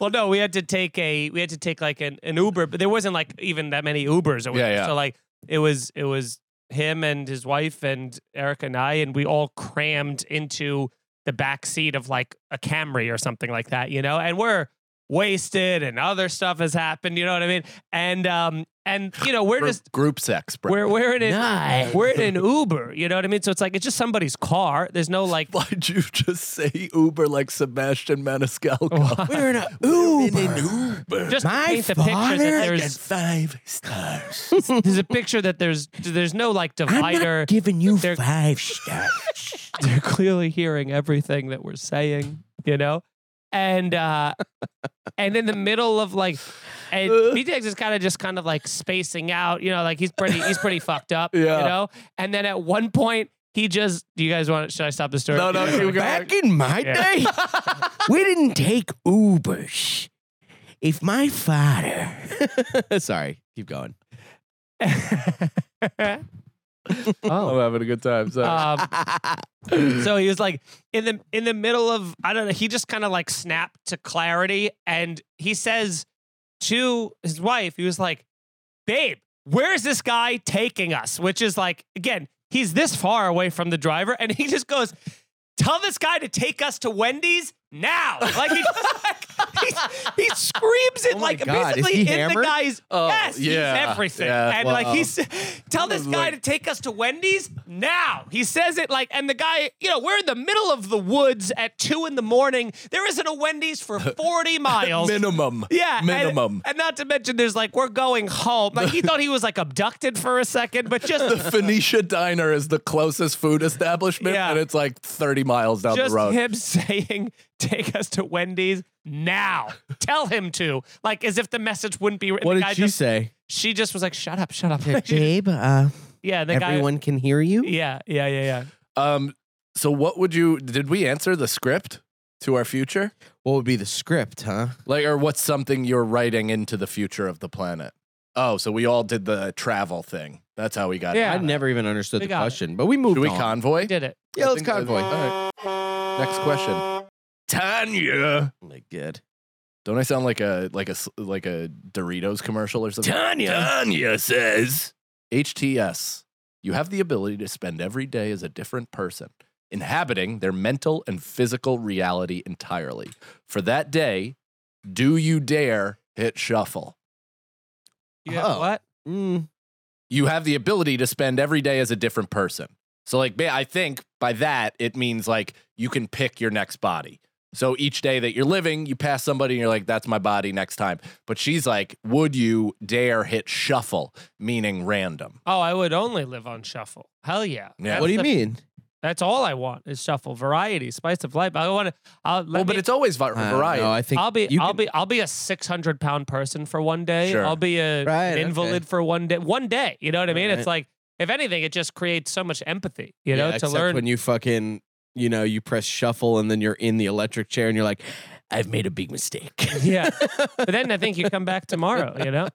D: well, no, we had to take a we had to take like an, an Uber, but there wasn't like even that many Ubers. Or whatever.
B: yeah.
D: So like it was it was him and his wife and Erica and I, and we all crammed into the back seat of like a Camry or something like that, you know. And we're wasted, and other stuff has happened. You know what I mean? And um and you know we're
B: Group,
D: just
B: group sex, bro.
D: we're we're in an,
C: Nice.
D: we're in an Uber. You know what I mean? So it's like it's just somebody's car. There's no like.
B: Why'd you just say Uber like Sebastian Maniscalco?
C: We're in a
B: We're in
C: Uber.
B: an Uber.
D: Just
C: My
D: paint the picture that
C: father-
B: I got
D: there's
B: five stars.
D: there's a picture that there's there's no like
C: I'm
D: divider.
C: not giving you
D: They're-
C: five stars.
D: They're clearly hearing everything that we're saying, you know? And uh and in the middle of like and BTX is kind of just kind of like spacing out, you know, like he's pretty he's pretty fucked up, you
B: Yeah.
D: know? And then at one point he just do you guys want should I stop the story?
B: No, no, keep going.
C: Back in my
D: Yeah.
C: day, we didn't take Ubers. If my father. Sorry, keep going.
D: Oh.
B: I'm having a good time. So.
D: um, so he was like in the in the middle of I don't know. He just kind of like snapped to clarity, and he says to his wife, he was like, "Babe, where's this guy taking us?" Which is like again, he's this far away from the driver, and he just goes, "Tell this guy to take us to Wendy's." Now, like he, he, he screams it
C: Oh my
D: like
C: God, is
D: basically
C: he
D: in the
C: hammered?
D: guy's
B: Oh,
D: yes, he's
B: yeah,
D: everything,
B: yeah.
D: and like
B: Wow.
D: he's Tell this guy to take us to Wendy's now. He says it like, and the guy, you know, we're in the middle of the woods at two in the morning. There isn't a Wendy's for 40 miles.
B: minimum.
D: Yeah. and-
B: Minimum.
D: And, not to mention, there's like, we're going home. Like, he thought he was like abducted for a second, but just.
B: Phoenicia Diner is the closest food establishment,
D: Yeah.
B: and it's like 30 miles down
D: Just
B: the road.
D: him saying, "Take us to Wendy's now." Tell him to, like, as if the message wouldn't be.
C: What
D: the
C: did
D: guy
C: she
D: just,
C: say?
D: She just was like, "Shut up, shut up."
C: Gabe, uh,
D: yeah, the guy.
C: everyone can hear you?
D: Yeah, yeah, yeah, yeah.
B: Um, so what would you did we answer the script to our future?
C: What would be the script, huh?
B: Like or what's something you're writing into the future of the planet? Oh, so we all did the travel thing. That's how we got
D: Yeah.
B: it.
C: I never even understood
D: We
C: the
D: got it.
C: question, but we moved
B: Do we
C: on.
B: convoy?
D: We did it.
C: yeah,
B: I
C: let's
B: think- I think-
C: convoy.
B: all right. Next question. Tanya.
C: Oh my god.
B: Don't I sound like a like a s- like a Doritos commercial or something?
C: Tanya.
B: Tanya says, HTS, you have the ability to spend every day as a different person, inhabiting their mental and physical reality entirely. For that day, do you dare hit shuffle?
D: You have
C: Oh.
D: what?
C: Mm.
B: You have the ability to spend every day as a different person. So, like, ba- I think by that, it means like you can pick your next body. So each day that you're living, you pass somebody and you're like, that's my body next time. But she's like, would you dare hit shuffle, meaning random?
D: Oh, I would only live on shuffle. Hell yeah.
B: Yeah.
D: That's
C: What do you
D: the-
C: mean?
D: That's all I want is shuffle variety, spice of life. I want to. I'll,
B: well, but it's always vi-
C: I don't
B: variety.
C: know. Uh, I think
D: I'll be
C: you
D: I'll
C: can-
D: be I'll be a 600 pound person for one day.
B: Sure.
D: I'll be a
C: Right,
D: an
C: okay.
D: invalid for one day. One day, you know what I mean? It's
C: Right.
D: like if anything, it just creates so much empathy. You know,
C: Yeah,
D: to
C: except
D: learn
C: when you fucking you know you press shuffle and then you're in the electric chair and you're like, I've made a big mistake.
D: Yeah. But then I think you come back tomorrow, you know?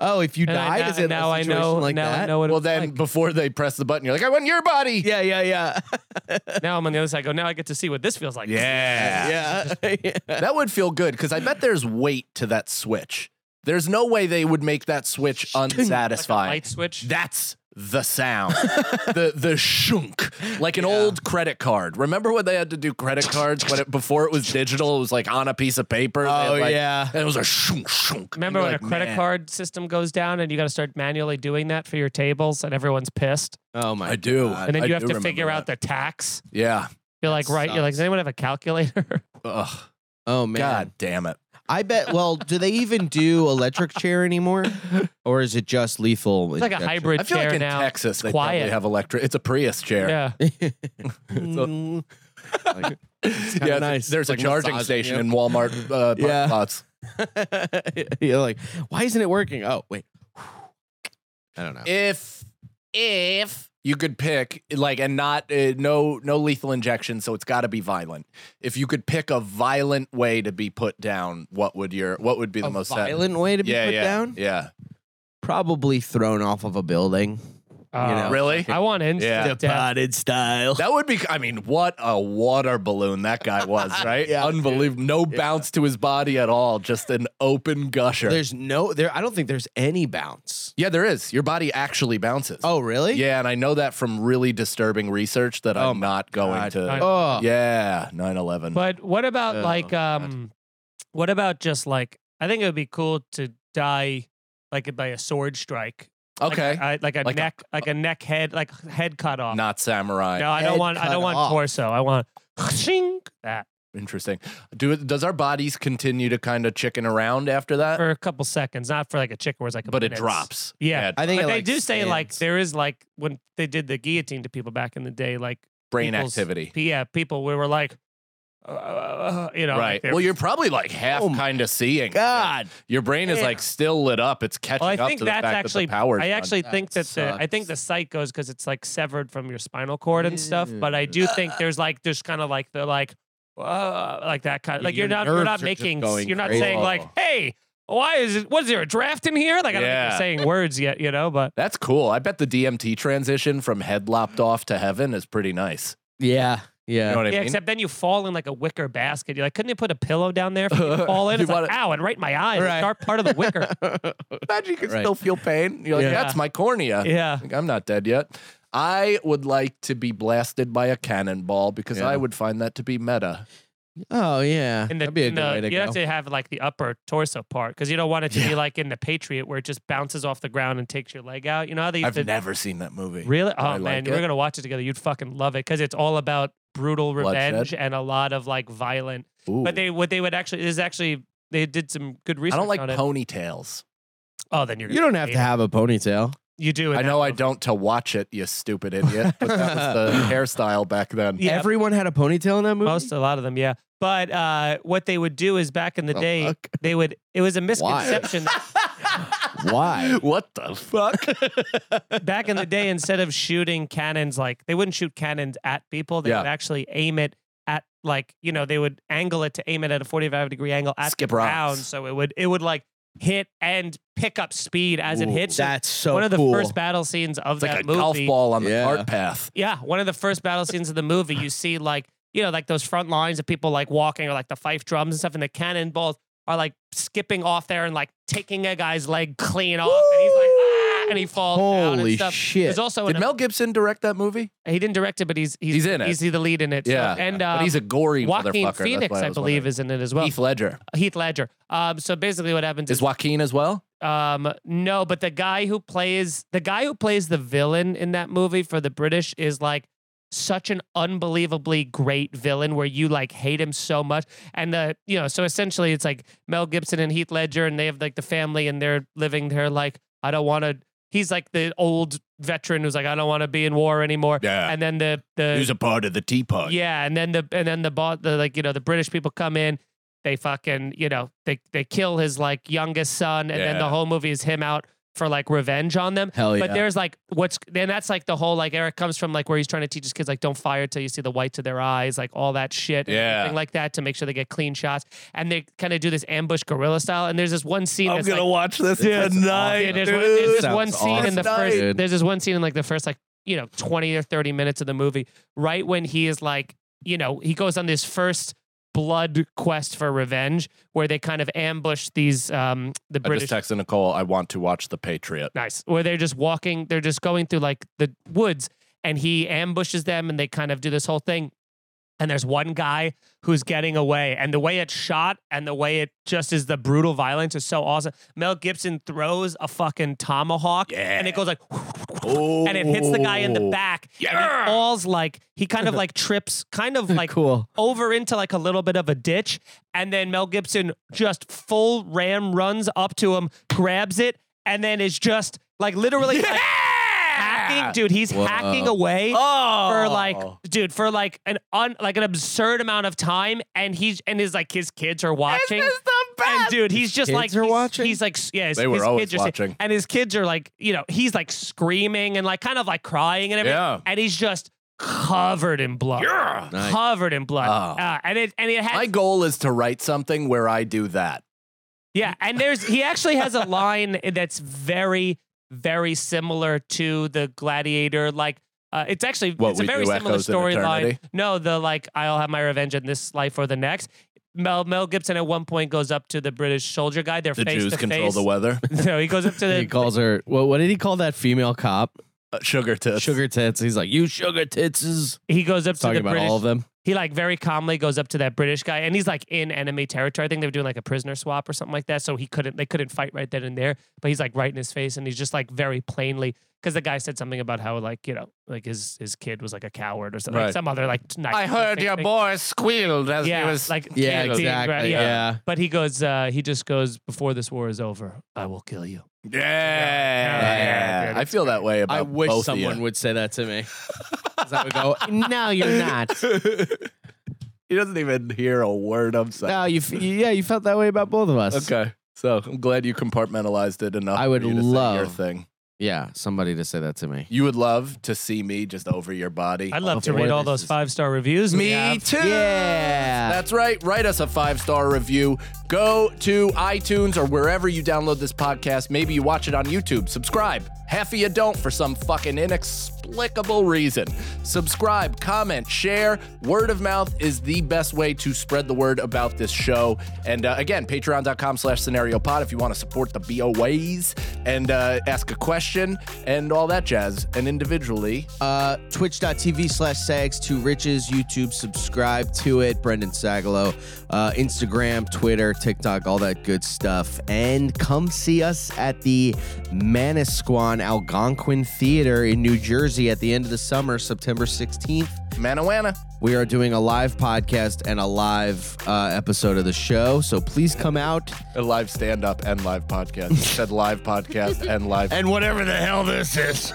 C: oh, if you
D: And I-
C: died, is it
D: now
C: a
D: I
C: situation
D: know
C: like
D: now
C: that?
D: I know what it
B: well,
D: was
B: then
D: like.
B: before they press the button, you're like, I want your body.
C: Yeah, yeah, yeah,
D: now I'm on the other side. I go, now I get to see what this feels like.
B: Yeah.
C: yeah.
B: That would feel good because I bet there's weight to that switch. There's no way they would make that switch
D: Like a
B: unsatisfying.
D: light switch.
B: That's the sound. the the shunk. Like an
C: Yeah.
B: old credit card. Remember when they had to do credit cards when it before it was digital, it was like on a piece of paper. They had,
C: Oh
B: like-
C: yeah.
B: And it was a shunk shunk.
D: Remember
B: And
D: when
B: you're
D: a
B: like,
D: credit
B: "Man,
D: card system goes down and you got to start manually doing that for your tables and everyone's pissed?
C: Oh my.
B: I do.
C: God.
D: And then
B: I
D: you have
B: do
D: to
B: remember
D: figure out
B: that.
D: the tax.
B: Yeah.
D: You're like, right. You're like, does
C: sucks.
D: anyone have a calculator?
B: Ugh,
C: Oh man.
B: God damn it.
C: I bet. Well, do they even do electric chair anymore, or is it just lethal?
D: it's like a hybrid
B: I feel
D: chair
B: like in
D: now.
B: Texas they
D: quiet.
B: probably have electric. It's a Prius chair.
D: Yeah.
C: hybrid.
B: yeah,
C: kinda nice.
B: There's
C: Like
B: a charging
C: massaging
B: station
C: you.
B: in Walmart uh, parking
C: Yeah.
B: lots.
C: You're like, why isn't it working? Oh wait. I don't know.
B: If if you could pick like and not uh, no no lethal injection, so it's got to be violent. If you could pick a violent way to be put down, what would your what would be the
C: a
B: most sad-
C: violent way to be
B: yeah,
C: put
B: yeah,
C: down?
B: Yeah,
C: Probably thrown off of a building.
D: Oh,
C: know,
B: really?
D: I want instant
B: Yeah.
D: death.
C: style.
B: That would be. I mean, what a water balloon that guy was, right?
C: Yeah.
B: Unbelievable. No bounce to his body at all. Just an open gusher.
C: There's no there. I don't think there's any bounce.
B: yeah, there is. Your body actually bounces.
C: Oh really?
B: Yeah, and I know that from really disturbing research that
C: Oh
B: I'm
C: my
B: not going
C: God.
B: to.
C: Oh
B: Yeah, 9 11.
D: But what about
C: Oh,
D: like
C: God.
D: um what about just like I think it would be cool to die like by a sword strike. Like,
B: Okay.
D: I- like a
B: Like a-
D: neck like a neck head like head cut off.
B: Not samurai.
D: no, I don't
C: Head
D: want I
C: cut
D: don't want
C: off.
D: torso. I want shing that
B: Interesting. Do Does our bodies continue to kind of chicken around after that?
D: for a couple seconds, not for like a chicken where it's like a
B: Uh but it
D: minute.
B: drops.
D: Yeah.
C: I think it,
D: But they
C: like,
D: do say like
C: stands.
D: there is like when they did the guillotine to people back in the day, like
B: Brain
D: people's-
B: activity.
D: yeah, people we were like, uh, you know, like,
B: right.
D: they're-
B: well, you're probably like half
C: Oh my
B: kind of seeing.
C: God.
B: Your brain is
D: Yeah.
B: like still lit up. It's catching
D: Well, I
B: up
D: think
B: to the
D: that's
B: fact
D: actually.
B: that the power's
D: I
B: gone.
D: actually
C: That
D: think that the I think the
C: sucks.
D: site goes because it's like severed from your spinal cord and stuff. But I do think there's like there's kind of like the like, uh, like that kind of like
C: Your
D: you're not you're
C: nerves
D: not
C: are just
D: making
C: going
D: you're not
C: crazy.
D: saying like hey why is it was there a draft in here like I don't think
B: Yeah.
D: you're saying words yet you know but
B: That's cool. I bet the DMT transition from head lopped off to heaven is pretty nice.
C: yeah yeah.
B: You know what I
D: yeah
B: mean?
D: except then you fall in like a wicker basket you're like couldn't you put a pillow down there for you to fall in
B: You
D: it's like
B: wanna-
D: ow and right in my eye
C: Right.
D: right. dark part of the wicker
B: Imagine you can
C: Right.
B: still feel pain. You're like,
D: Yeah.
B: that's my cornea.
D: yeah
B: Like, I'm not dead yet. I would like to be blasted by a cannonball because
C: Yeah.
B: I would find that to be meta.
C: oh yeah.
D: in the,
C: That'd be a
D: in
C: good
D: the-
C: way to
D: you
C: go.
D: have to have like the upper torso part because you don't want it to be like in the Patriot where it just bounces off the ground and takes your leg out. You know how they used
B: I've
D: to
B: never seen that movie.
D: really? Oh
B: I like
D: man,
B: it.
D: we're gonna watch it together. You'd fucking love it because it's all about brutal
B: Bloodshed?
D: revenge and a lot of like violent.
B: Ooh.
D: But they what they would actually is actually they did some good
B: I
D: research.
B: don't like
D: on it.
B: ponytails.
D: Oh, then you're
C: You
D: gonna
C: don't have
D: hate
C: to
D: it.
C: have a ponytail.
D: You do. in
B: I
D: that
B: know I
D: movie.
B: don't to watch it, you stupid idiot. But that was the hairstyle back then.
D: Yeah,
C: Everyone had a ponytail in that movie.
D: most a lot of them. Yeah, but uh, what they would do is back in the
C: The
D: day
C: fuck?
D: they would. It was a misconception.
C: Why?
B: What the fuck?
D: back in the day, instead of shooting cannons, like they wouldn't shoot cannons at people. They
B: Yeah.
D: would actually aim it at like you know they would angle it to aim it at a forty-five degree angle at
B: Skip
D: the ground,
B: rocks.
D: so it would it would like hit and pick up speed as it
B: Ooh,
D: hits.
C: That's so
D: one of the
C: cool.
D: first battle scenes of
B: It's
D: that
B: like a
D: movie.
B: golf ball on the
C: Yeah.
B: cart path.
D: Yeah, one of the first battle scenes of the movie, you see like you know like those front lines of people like walking or like the fife drums and stuff, and the cannonballs are like skipping off there and like taking a guy's leg clean off, and he's like ah, and he falls down
C: Holy
D: and stuff.
C: shit.
D: There's also
B: Did
D: an-
B: Mel Gibson direct that movie?
D: he didn't direct it, but he's he's,
B: He's in it.
D: He's the lead in it. so-
B: Yeah.
D: and um,
B: but he's a gory motherfucker.
D: Joaquin
B: That's
D: Phoenix,
B: why
D: I
B: was
D: believe,
B: wondering.
D: is in it as well.
B: Heath Ledger.
D: Heath Ledger. Um, so basically, what happens
B: Is Joaquin as well?
D: um, no, but the guy who plays the guy who plays the villain in that movie for the British is like such an unbelievably great villain where you like hate him so much. And the you know, so essentially it's like Mel Gibson and Heath Ledger and they have like the family and they're living there like, I don't wanna he's like the old veteran who's like, I don't want to be in war anymore.
B: Yeah.
D: And then the the
B: Who's a part of the Tea Party?
D: yeah, and then the and then the, bo- the like you know the British people come in, they fucking you know they they kill his like youngest son, and then the
B: Yeah. Oh,
D: whole movie is him out for like revenge on them.
C: Hell yeah.
D: But there's like what's then that's like the whole like Eric comes from like where he's trying to teach his kids like don't fire till you see the whites of their eyes, like all that shit, and
B: Yeah.
D: everything like that to make sure they get clean shots, and they kind of do this ambush guerrilla style. And there's this one scene
B: I'm
D: that's
B: gonna
D: like,
B: watch this
C: Yeah,
B: tonight,
D: yeah, there's, one,
B: dude.
D: there's this
C: Sounds
D: one scene in
C: awesome.
D: the
B: Nice,
D: first.
C: dude.
D: There's this one scene in like the first like you know 20 or 30 minutes of the movie, right when he is like you know he goes on this first blood quest for revenge, where they kind of ambush these um the
B: I just
D: British.
B: texted Nicole. I want to watch The Patriot.
D: Nice. Where they're just walking, they're just going through like the woods, and he ambushes them, and they kind of do this whole thing. And there's one guy who's getting away, and the way it's shot, and the way it just is the brutal violence is so awesome. Mel Gibson throws a fucking tomahawk, and it goes like, and it hits the guy in the
B: Oh.
D: back, and
B: Yeah.
D: it falls like he kind of like trips, kind of like
C: cool.
D: over into like a little bit of a ditch, and then Mel Gibson just full ram runs up to him, grabs it, and then is just like literally like, hacking, dude. He's
C: Whoa.
D: hacking away
B: Oh,
D: for like, dude, for like an un, like an absurd amount of time, and he's and his like his kids are watching. And dude, he's just
C: kids
D: like
C: are
D: he's,
C: watching?
D: he's like s- yeah, his,
B: They were
D: his
B: always
D: kids are
B: watching.
D: and his kids are like you know he's like screaming and like kind of like crying and everything,
B: Yeah.
D: and he's just covered in blood,
C: Nice.
D: covered in blood,
B: Oh.
D: uh, and it and it had
B: My goal is to write something where I do that.
D: yeah, and there's he actually has a line that's very, very similar to the Gladiator. Like uh, it's actually
B: What
D: it's a
B: we
D: very
B: do
D: similar
B: echoes in
D: storyline.
B: eternity?
D: No, the like I'll have my revenge in this life or the next. Mel Mel Gibson at one point goes up to the British soldier guy. They're
B: The
D: face
B: Jews
D: to
B: control
D: face.
B: the weather.
D: No, he goes up to
C: He
D: the.
C: calls her. Well, what did he call that female cop?
B: Uh, sugar tits.
C: Sugar tits. He's like, you sugar titses.
D: He goes up to
C: Talking
D: the
C: about
D: British.
C: all of them.
D: He like very calmly goes up to that British guy, and he's like in enemy territory. I think they were doing like a prisoner swap or something like that, so he couldn't they couldn't fight right then and there. But he's like right in his face, and he's just like very plainly because the guy said something about how like you know like his his kid was like a coward or something, like
B: Right.
D: some other like. nice thing- thing.
B: boy squealed as
D: Yeah, like
C: Yeah,
D: kid being gra-
C: exactly. Yeah.
D: But he goes, uh, he just goes before this war is over, I will kill you.
B: Yeah.
D: Yeah, dude,
B: I feel that way about
C: I wish
B: both
C: someone
B: of you.
C: would say that to me. 'Cause I would go, no, you're not.
B: he doesn't even hear a word I'm saying.
C: No, you. F- yeah, you felt that way about both of us.
B: Okay. So I'm glad you compartmentalized it enough.
C: I would
B: for you to say your
C: love-
B: thing.
C: Yeah, somebody to say that to me.
B: You would love to see me just over your body.
D: I'd love to
C: Okay.
D: read all those five star reviews. we have.
B: too.
C: Yeah.
B: That's right. Write us a five star review. Go to iTunes or wherever you download this podcast. Maybe you watch it on YouTube. Subscribe. Half of you don't for some fucking inexplicable reason. Subscribe, comment, share. Word of mouth is the best way to spread the word about this show. And uh, again, patreon.com slash scenario pod if you want to support the BOAs and uh, ask a question and all that jazz. And individually,
G: Uh, Twitch.tv slash sags to riches. YouTube, subscribe to it. Brendan Sagalo. Uh, Instagram, Twitter, TikTok, all that good stuff. And come see us at the Manasquan Algonquin Theater in New Jersey at the end of the summer, September 16th.
B: Manawana.
G: We are doing a live podcast and a live uh, episode of the show. So please come out.
B: A live stand up and live podcast. It said live podcast and live.
G: and whatever the hell this is.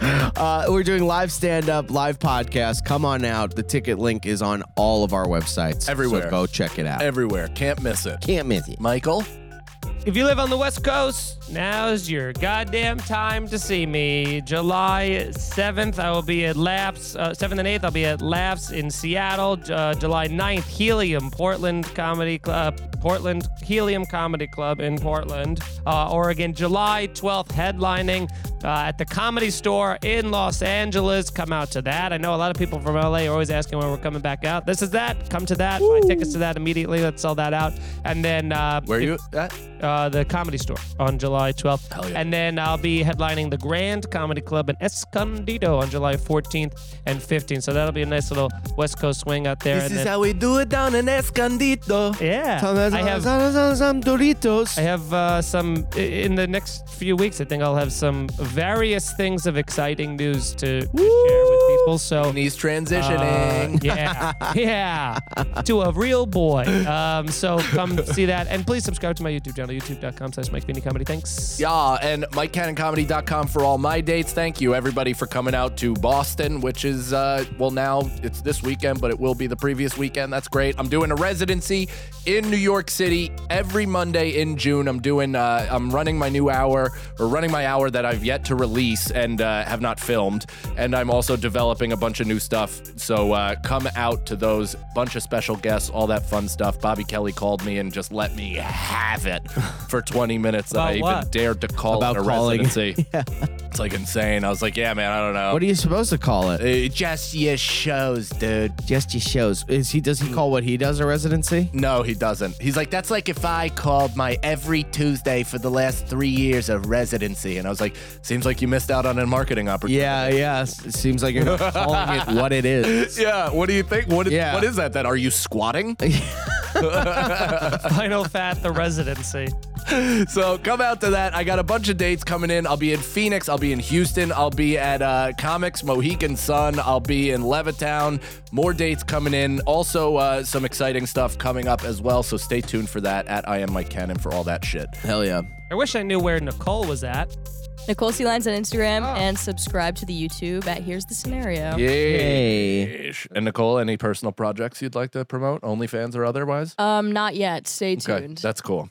G: uh, we're doing live stand up, live podcast. Come on out. The ticket link is on all of our websites.
B: Everywhere.
G: So go check it out.
B: everywhere. Can't miss it.
G: Can't miss it.
B: Michael,
D: If you live on the West Coast, now's your goddamn time to see me. July 7th, I will be at Laps. Uh, 7th and 8th, I'll be at Laps in Seattle. J- Uh, July 9th, Helium, Portland Comedy Club. Portland, Helium Comedy Club in Portland, uh, Oregon. July 12th, headlining uh, at the Comedy Store in Los Angeles. Come out to that. I know a lot of people from LA are always asking when we're coming back out. This is that. Come to that. Buy tickets to that immediately. Let's sell that out. And then. Uh,
B: where are
D: if-
B: you at?
D: uh, the Comedy Store on July 12th.
B: Hell yeah.
D: And then I'll be headlining the Grand Comedy Club in Escondido on July 14th and 15th. So that'll be a nice little West Coast swing out there. and then-
B: we do it down in Escondido.
D: yeah. I have, I
C: um,
G: Doritos.
D: have uh, some, i- in the next few weeks, I think I'll have some various things of exciting news to, to share with people. Also,
B: And he's transitioning.
D: uh, yeah, yeah, to a real boy. Um, so come see that, and please subscribe to my YouTube channel, YouTube.com/slash Mike Feeney Comedy. Thanks.
B: Yeah, and MikeCannonComedy.com for all my dates. Thank you, everybody, for coming out to Boston, which is, uh, well, now it's this weekend, but it will be the previous weekend. That's great. I'm doing a residency in New York City every Monday in June. I'm doing, uh, I'm running my new hour, or running my hour that I've yet to release and uh, have not filmed. And I'm also developing a bunch of new stuff. So uh, come out to those bunch of special guests, all that fun stuff. Bobby Kelly called me and just let me have it for 20 minutes that
D: About
B: I even
D: what?
B: dared to call
C: About
B: it a
C: calling.
B: residency. It's like insane. I was like, yeah, man, I don't know.
C: What are you supposed to call it?
B: you- just your shows, dude.
C: Just your shows. Is he? Does he call what he does a residency?
B: No, he doesn't. He's like, that's like if I called my every Tuesday for the last three years of residency. And I was like, seems like you missed out on a marketing opportunity.
C: Yeah, yeah. s- It seems like you're calling it what it is.
B: Yeah. What do you think? What is,
C: Yeah.
B: what is that then? Are you squatting?
D: Final Fat, the residency.
B: so come out to that. I got a bunch of dates coming in. I'll be in Phoenix. I'll be in Houston. I'll be at uh, Comics Mohican Sun. I'll be in Levittown. More dates coming in. Also, uh, some exciting stuff coming up as well. So stay tuned for that at I Am Mike Cannon for all that shit.
C: Hell yeah.
D: I wish I knew where Nicole was at.
E: Nicole C. Lines on Instagram
D: Ah.
E: and subscribe to the YouTube at Here's the Scenario.
B: Yay. And Nicole, any personal projects you'd like to promote, OnlyFans or otherwise?
E: Um, not yet. Stay
B: Okay,
E: tuned.
B: that's cool.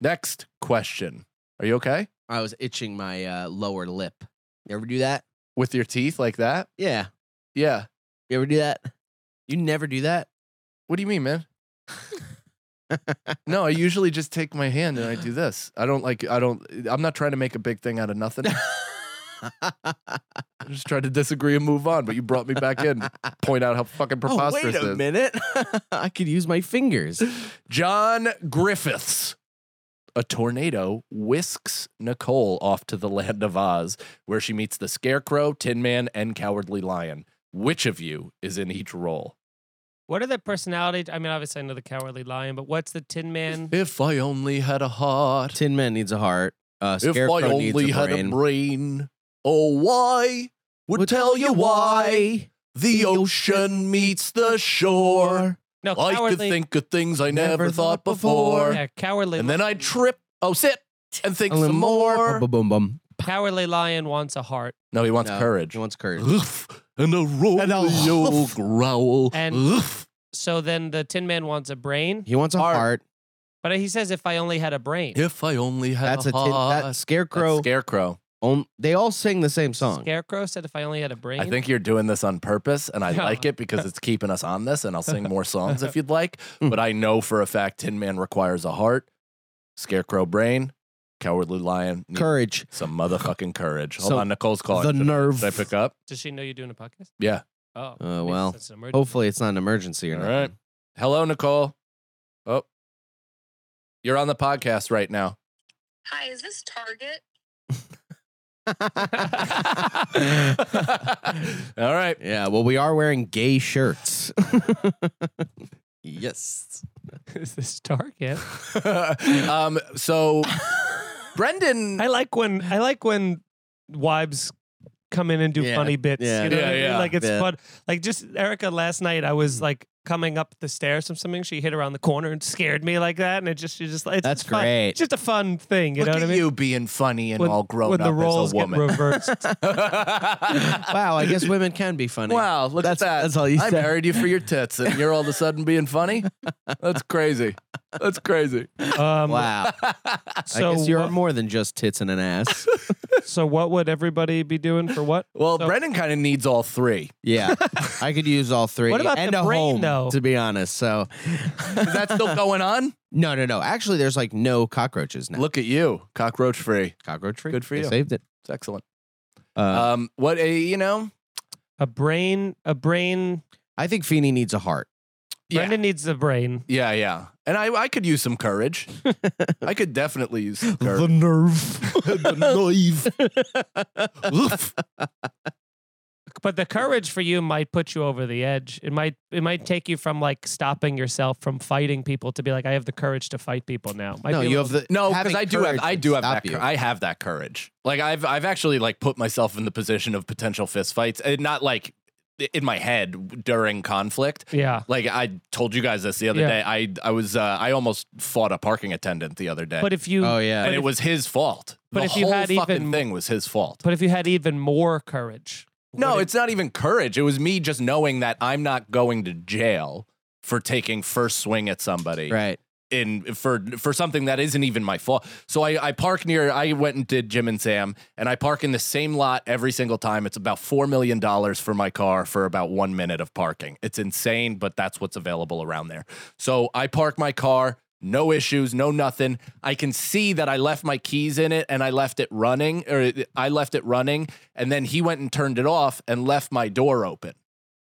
B: Next question. Are you okay?
C: I was itching my uh, lower lip. You ever do that?
B: With your teeth like that?
C: Yeah.
B: Yeah.
C: You ever do that? You never do that.
B: What do you mean, man? no, I usually just take my hand and I do this. I don't like, I don't, I'm not trying to make a big thing out of
C: Oh,
B: nothing. I just tried to disagree and move on, but you brought me back in, point out how fucking
C: oh,
B: preposterous
C: wait
B: it
C: a
B: is.
C: minute. I could use my fingers.
B: John Griffiths. A tornado whisks Nicole off to the land of Oz, where she meets the Scarecrow, Tin Man, and Cowardly Lion. Which of you is in each role?
D: What are the personality? I mean, obviously I know the Cowardly Lion, but what's the Tin Man?
B: If I only had a heart.
C: Tin Man needs a heart. Uh,
B: If I
C: Scarecrow
B: only
C: needs a
B: had a
C: brain.
B: brain. Oh, why? Would tell you why. The
C: The
B: ocean meets the shore.
D: No,
B: I could
D: Cowardly.
B: think of things I
C: Never
B: never thought
C: thought before.
B: before.
D: yeah, Cowardly.
B: And then I trip. Oh, sit and think
C: A little
B: some more.
C: Boom, boom, boom.
D: Cowardly Lion wants a heart.
B: No, he wants
C: No,
B: courage.
C: He wants courage.
B: Oof, and a royal
C: hoof.
B: growl.
D: And-
B: Oof.
D: So then the Tin Man wants a brain,
C: He wants a
B: Heart.
C: heart.
D: but he says, "If I only had a brain."
B: if I only had
C: That's a
B: a
C: tin,
B: heart.
C: that
B: That's
C: scarecrow.
B: scarecrow.
C: on- they all sing the same song.
D: Scarecrow said, "If I only had a brain."
B: I think you're doing this on purpose, and I
D: Yeah.
B: like it because it's keeping us on this. And I'll sing more songs if you'd like. But I know for a fact, Tin Man requires a heart, Scarecrow brain, Cowardly Lion, needs
C: Courage.
B: some motherfucking courage. Hold
C: So,
B: on, Nicole's calling.
C: the
B: Should I-
C: nerve.
B: Should I pick up?
D: Does she know you're doing a podcast?
B: Yeah.
D: Oh.
C: Uh,
D: maybe
C: well,
D: that's an emergency.
C: Hopefully, it's not an emergency or
B: All
C: not.
B: right. Hello, Nicole. Oh, you're on the podcast right now.
H: Hi, is this Target?
B: All right.
C: yeah. Well, we are wearing gay shirts. yes.
D: is this Target?
B: um, so Brendan,
D: I like when I like when wives come in and do
C: Yeah,
D: funny bits.
C: yeah.
D: you know what I
B: Yeah,
D: mean?
B: yeah,
D: like it's
C: yeah.
D: fun. Like just Erica last night, I was like coming up the stairs from something. She hit around the corner and scared me like that, and it just she just like it's
C: That's
D: just fun.
C: great.
D: It's just a fun thing. You
B: look
D: know what
B: at
D: I mean?
B: you being funny and
D: When-
B: all grown
D: when
B: up
D: the roles
B: as a woman.
D: get reversed.
C: Wow. I guess women can be funny.
B: wow, look
C: That's-
B: at that.
C: that's all you
B: I
C: said.
B: married you for your tits, and you're all of a sudden being funny. That's crazy. That's crazy.
D: um,
C: Wow.
D: So
C: I guess you're
D: what-
C: more than just tits and an ass.
D: so what would everybody be doing for what?
B: Well,
D: So-
B: Brendan kind of needs all three.
C: yeah. I could use all three.
D: What about
C: and
D: the
C: a
D: brain,
C: home,
D: though?
C: to be honest. So
B: Is that still going on?
C: no, no, no. Actually, there's like no cockroaches now.
B: Look at you, cockroach free.
C: cockroach free.
B: good for
C: They
B: you.
C: Saved it.
B: It's excellent.
C: Uh,
B: Um, what a you know,
D: A brain, a brain.
G: I think Feeney needs a heart.
B: Yeah.
D: Brendan needs a brain.
B: Yeah, yeah. And I, I could use some courage. I could definitely use some courage.
C: nerve.
B: the knife. Oof.
D: But the courage for you might put you over the edge. It might it might take you from like stopping yourself from fighting people to be like, I have the courage to fight people now. Might
G: no,
D: be a
G: you
D: little-
G: have the
B: No, because
G: having
B: I do have
G: courage
B: I
G: would
B: do have
G: stop
B: that
G: you.
B: cour- I have that courage. Like I've I've actually like put myself in the position of potential fistfights, and not like i- in my head during conflict.
D: Yeah.
B: Like I told you guys this the other
D: Yeah.
B: day. I I was uh, I almost fought a parking attendant the other day.
D: But if you
G: oh yeah.
B: and it was his fault.
D: but
B: the
D: if you
B: whole
D: had
B: fucking
D: even-
B: thing was his fault.
D: but if you had even more courage.
B: No,
D: would it-
B: it's not even courage. It was me just knowing that I'm not going to jail for taking first swing at somebody
G: right.
B: in for for something that isn't even my fault. So I I park near I went and did Jim and Sam and I park in the same lot every single time. It's about 4 million dollars for my car for about 1 minute of parking. It's insane, but that's what's available around there. So I park my car no issues, no nothing. I can see that I left my keys in it and I left it running, or it- I left it running. And then he went and turned it off and left my door open.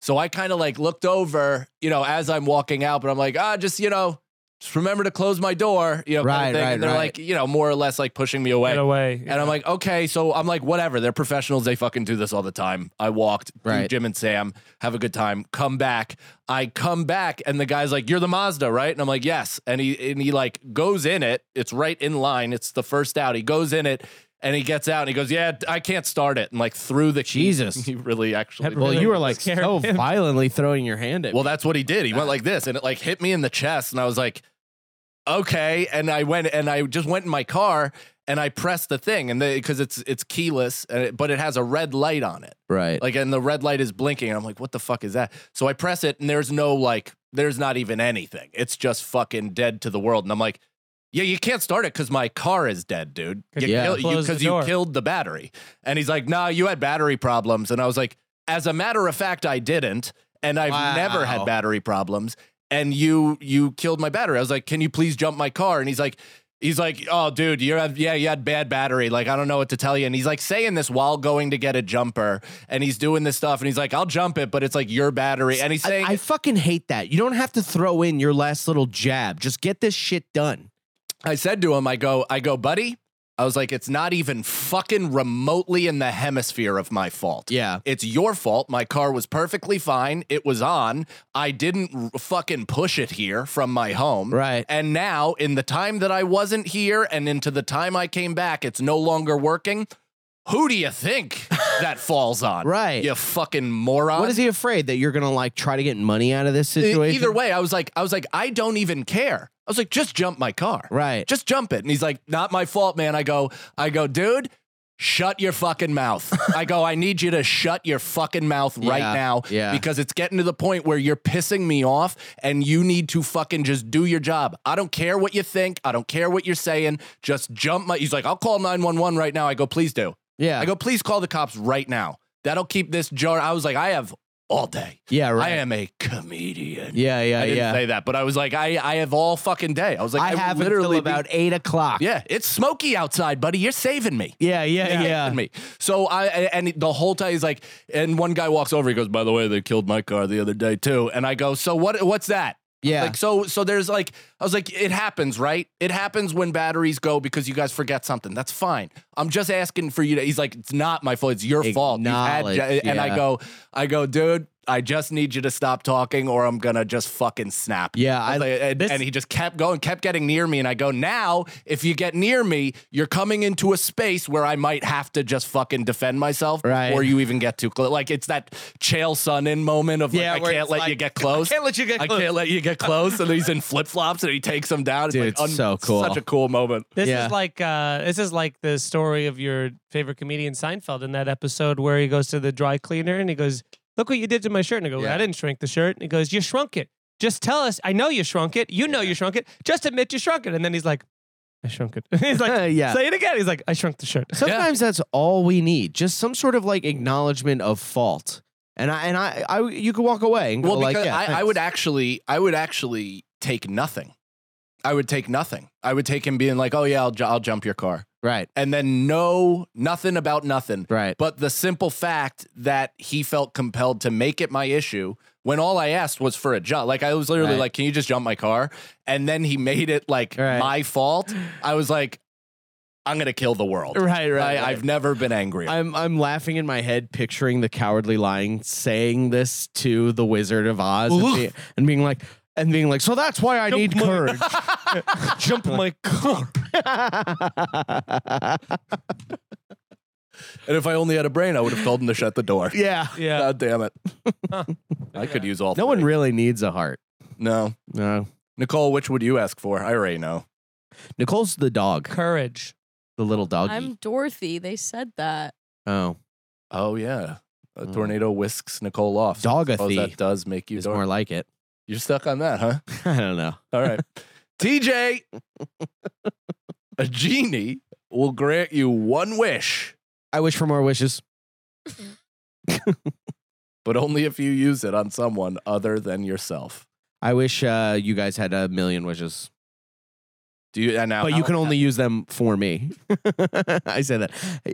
B: So I kind of like looked over, you know, as I'm walking out, but I'm like, ah, just, you know, just remember to close my door, you know, kinda
G: Right,
B: thing.
G: right,
B: and they're
G: right.
B: like, you know, more or less like pushing me away.
D: Get away.
B: And I'm like, okay, so I'm like, whatever. They're professionals. They fucking do this all the time. I walked, do
G: Right.
B: Jim and Sam, have a good time, come back. I come back, and the guy's like, you're the Mazda, right? And I'm like, yes. And he and he like goes in it. It's right in line. It's the first out. He goes in it, and he gets out, and he goes, yeah, I can't start it. And like threw the key.
C: Jesus.
B: He really actually.
C: Well, you were like
D: Scared
C: so
D: him.
C: violently throwing your hand at
B: Well, that's what he did. He went like this, and it like hit me in the chest, and I was like, okay. And I went and I just went in my car and I pressed the thing, and because it's it's keyless, and it, but it has a red light on it,
G: Right.
B: like, and the red light is blinking. I'm like, what the fuck is that? So I press it, and there's no like, there's not even anything. It's just fucking dead to the world, and I'm like. Yeah, you can't start it because my car is dead, dude. You
G: Yeah.
B: kill- you-
D: Close the
B: because you,
D: door.
B: killed the battery. And he's like, "Nah, you had battery problems." And I was like, "As a matter of fact, I didn't, and I've
G: Wow.
B: never had battery problems. And you you killed my battery." I was like, "Can you please jump my car?" And he's like. He's like, oh, dude, you have, yeah, you had bad battery. Like, I don't know what to tell you. And he's like saying this while going to get a jumper, and he's doing this stuff, and he's like, I'll jump it, but it's like your battery. And he's
G: I,
B: saying,
G: I fucking hate that. You don't have to throw in your last little jab. Just get this shit done.
B: I said to him, I go, I go, buddy. I was like, it's not even fucking remotely in the hemisphere of my fault.
G: Yeah.
B: It's your fault. My car was perfectly fine. It was on. I didn't r- fucking push it here from my home.
G: Right.
B: And now, in the time that I wasn't here and into the time I came back, it's no longer working. Who do you think that falls on?
G: Right.
B: You fucking moron.
G: what is he afraid that you're gonna like try to get money out of this situation?
B: Uh, E-, Either way, I was like, I was like, I don't even care. I was like, just jump my car.
G: Right.
B: Just jump it. And he's like, not my fault, man. I go, I go, dude, shut your fucking mouth. I go, I need you to shut your fucking mouth right
G: Yeah,
B: now.
G: yeah.
B: Because it's getting to the point where you're pissing me off and you need to fucking just do your job. I don't care what you think. I don't care what you're saying. Just jump my he's like, I'll call 911 right now. I go, please do.
G: yeah.
B: I go, please call the cops right now. That'll keep this jar. I was like, I have all day.
G: yeah. Right.
B: I am a comedian.
G: Yeah. Yeah.
B: I didn't
G: yeah.
B: say that, but I was like, I, I have all fucking day. I was like,
G: I,
B: I, will
G: have
B: literally
G: literally
B: be-
G: about eight o'clock.
B: yeah, it's smoky outside, buddy. You're saving me.
G: Yeah. Yeah.
B: Saving
G: Yeah.
B: me. So I and the whole time he's like, and one guy walks over. He goes, by the way, they killed my car the other day too. And I go, so what? What's that?
G: Yeah.
B: Like so, so there's like I was like, it happens, right? It happens when batteries go because you guys forget something. That's fine. I'm just asking for you to. He's like, it's not my fault. It's your fault. You've had
G: Acknowledge,
B: ja- And I
G: yeah.
B: go, I go, dude. I just need you to stop talking, or I'm gonna just fucking snap.
G: Yeah,
B: I, was
G: I-
B: like, and,
G: this-
B: and he just kept going, kept getting near me, and I go, now if you get near me, you're coming into a space where I might have to just fucking defend myself,
G: Right.
B: Or you even get too close. Like it's that Chael Sonnen moment of like,
C: Yeah,
B: I
C: where
B: can't
C: it's
B: let you
C: like,
B: get close.
C: let you get
B: I can't let you get close. And he's in flip flops and he takes him down. It's
G: Dude,
B: like
G: it's so cool.
B: Such a cool moment.
D: This
G: Yeah.
D: is like uh, this is like the story of your favorite comedian Seinfeld in that episode where he goes to the dry cleaner and he goes, "Look what you did to my shirt." And I go, "I didn't shrink the shirt." And he goes, "You shrunk it. Just tell us. I know you shrunk it. You know you shrunk it. Just admit you shrunk it." And then he's like, "I shrunk it." he's like,
G: Yeah.
D: "Say it again." He's like, "I shrunk the shirt."
G: Sometimes that's all we need. Just some sort of like acknowledgement of fault. And I and I, I you could walk away and go
B: Well,
G: like,
B: because
G: yeah,
B: I, I
G: thanks.
B: would actually, I would actually take nothing. I would take nothing. I would take him being like, "Oh yeah, I'll, ju- I'll jump your car."
G: Right.
B: and then no nothing about nothing.
G: Right.
B: But the simple fact that he felt compelled to make it my issue when all I asked was for a jump. Like I was literally
G: Right.
B: like, "Can you just jump my car?" And then he made it like
G: Right.
B: my fault. I was like, "I'm gonna kill the world."
C: Right, right,
B: I,
C: right.
B: I've never been angry.
C: I'm I'm laughing in my head, picturing the cowardly lion saying this to the Wizard of Oz, and, be- and being like, and being like, so that's why I need courage.
D: Jump my car.
B: and if I only had a brain, I would have told him to shut the door.
C: yeah,
D: Yeah.
B: God damn it. I could use all.
C: no one
B: three.
C: really needs a heart.
B: No.
C: No,
B: Nicole, which would you ask for? I already know.
C: Nicole's the dog,
D: Courage.
C: the little doggy.
E: I'm Dorothy. They said that.
C: oh,
B: Oh yeah, a
C: Mm.
B: tornado whisks Nicole off. So I suppose
C: dogathy
B: that does make you.
C: is
B: dark.
C: more like it.
B: You're stuck on that, huh?
C: I don't know.
B: All right. TJ, a genie will grant you one wish,
C: I wish for more wishes.
B: but only if you use it on someone other than yourself.
C: I wish uh, you guys had a million wishes,
B: Do you and now?
C: but you can only use them for me. I say that.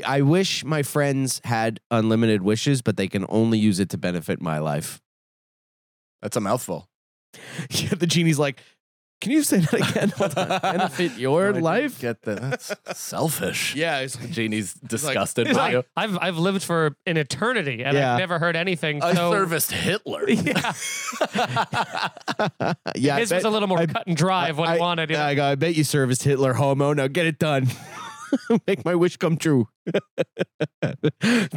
C: I wish my friends had unlimited wishes, but they can only use it to benefit my life.
B: That's a mouthful.
C: yeah, the genie's like, "Can you say that again? Hold on. Benefit
B: I
C: your
B: didn't
C: life?"
B: Get that? That's selfish.
C: Yeah, it's
B: The genie's
C: like-
B: disgusted
C: he's
B: by you.
D: I've I've lived for an eternity and
C: Yeah.
D: I've never heard anything.
B: I
D: so
B: serviced Hitler.
D: Yeah.
C: yeah.
D: his
C: I
D: was
C: bet,
D: a little more
C: I-
D: cut and dry of what
C: I-
D: he wanted. you know?
C: I, go, I bet you serviced Hitler, homo. Now get it done. Make my wish come true.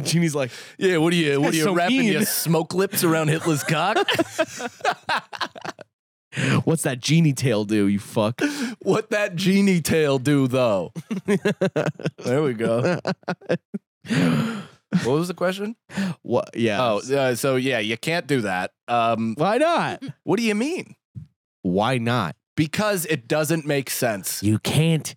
C: Genie's like,
B: Yeah, what are you? What are
C: That's
B: you
C: so
B: wrapping
C: mean.
B: your smoke lips around Hitler's cock?
C: "What's that genie tail do? You fuck."
B: what that genie tail do though? there we go. What was the question?
C: What? Yeah.
B: Oh, uh, so yeah, you can't do that. Um,
C: why not?
B: what do you mean?
C: Why not?
B: Because it doesn't make sense.
C: You can't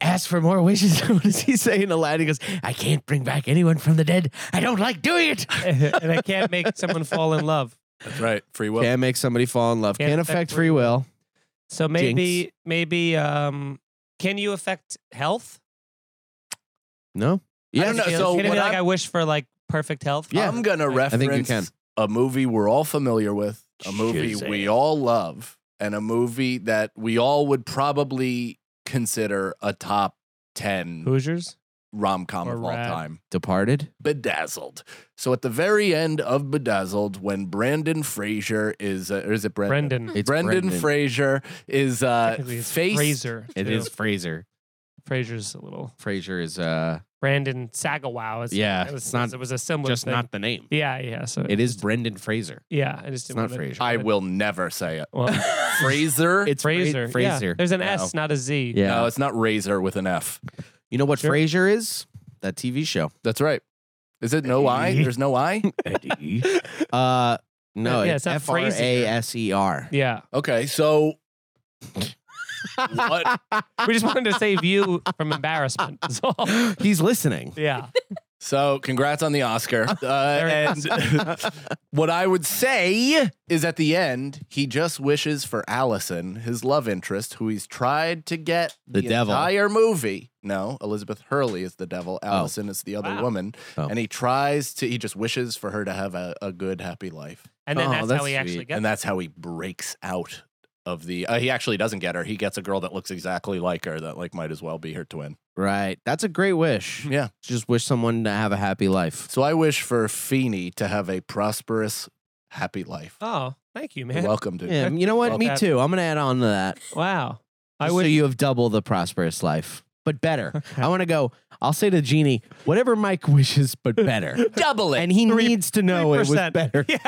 C: ask for more wishes. what does he say in Aladdin? He goes, "I can't bring back anyone from the dead. I don't like doing it."
D: and I can't make someone fall in love.
B: That's right. Free will.
C: Can't make somebody fall in love.
D: Can't
C: Can't
D: affect
C: affect
D: free
C: free will.
D: So maybe maybe um can you affect health?
C: No.
B: I don't know.
D: Can you-
B: So
D: can it be
B: what
D: like
B: I'm-
D: I wish for like perfect health?
C: Yeah.
B: I'm gonna reference
C: think you can.
B: a movie we're all familiar with, a movie
C: Shazam.
B: we all love, and a movie that we all would probably consider a top ten
D: Hoosiers?
B: rom com
D: Or
B: of all
D: rad.
B: time.
C: Departed.
B: Bedazzled. So at the very end of Bedazzled, when Brandon Fraser is, uh, or is it Brandon?
D: Brendan.
C: It's
B: Brendan, Fraser is uh,
D: Technically, it's
B: face.
D: Fraser.
C: It
D: too.
C: is Fraser.
D: Fraser's a little
C: Fraser is uh
D: Brandon Sagawow. Is,
C: Yeah,
D: it was,
C: it's not-
D: It was a similar
C: just
D: thing.
C: not the name.
D: Yeah, yeah. So
C: It is Brendan Fraser.
D: Yeah, I
C: It's
D: just didn't
C: not
D: wanna-
C: Fraser.
B: I will never say it.
D: Well,
B: Fraser.
C: It's Fra-
D: Fraser. yeah.
C: Fraser. Oh.
D: There's an
B: No.
D: S, not a Z.
C: Yeah.
B: No, it's not Razor with an F.
C: You know what
D: Sure.
C: Fraser is? That TV show.
B: That's right. Is it no I? There's no I?
C: Eddie. uh no,
D: Yeah,
C: yeah, it's
D: it's not
C: F R
D: Fraser.
C: A S E R.
D: Yeah.
B: Okay, so what?
D: We just wanted to save you from embarrassment. is all.
C: He's listening.
D: Yeah.
B: So congrats on the Oscar. Uh, and what I would say is at the end, he just wishes for Allison, his love interest, who he's tried to get
C: The devil.
B: entire movie. No, Elizabeth Hurley is the devil. Allison is the other
D: Wow.
B: woman.
C: Oh.
B: And he tries to, he just wishes for her to have a, a good, happy life.
D: And then
C: Oh,
D: that's, how
C: that's
D: he actually
C: sweet.
D: gets
B: And that's how he breaks out of the, uh, he actually doesn't get her. He gets a girl that looks exactly like her that like might as well be her twin.
C: Right. That's a great wish.
B: Yeah.
C: Just wish someone to have a happy life.
B: So I wish for Feeney to have a prosperous, happy life.
D: Oh, thank you,
B: You're
D: man.
B: Welcome to
C: Yeah, you know what?
B: Well,
C: Me
D: that-
C: too. I'm gonna add on to that.
D: Wow. I
C: I
D: wish
C: so you have double the prosperous life, but better.
D: Okay.
C: I want to go. I'll say to Genie, whatever Mike wishes, but better.
B: double
C: and he
D: Three-
C: needs to know it was
D: 3%.
C: better.
D: Yeah,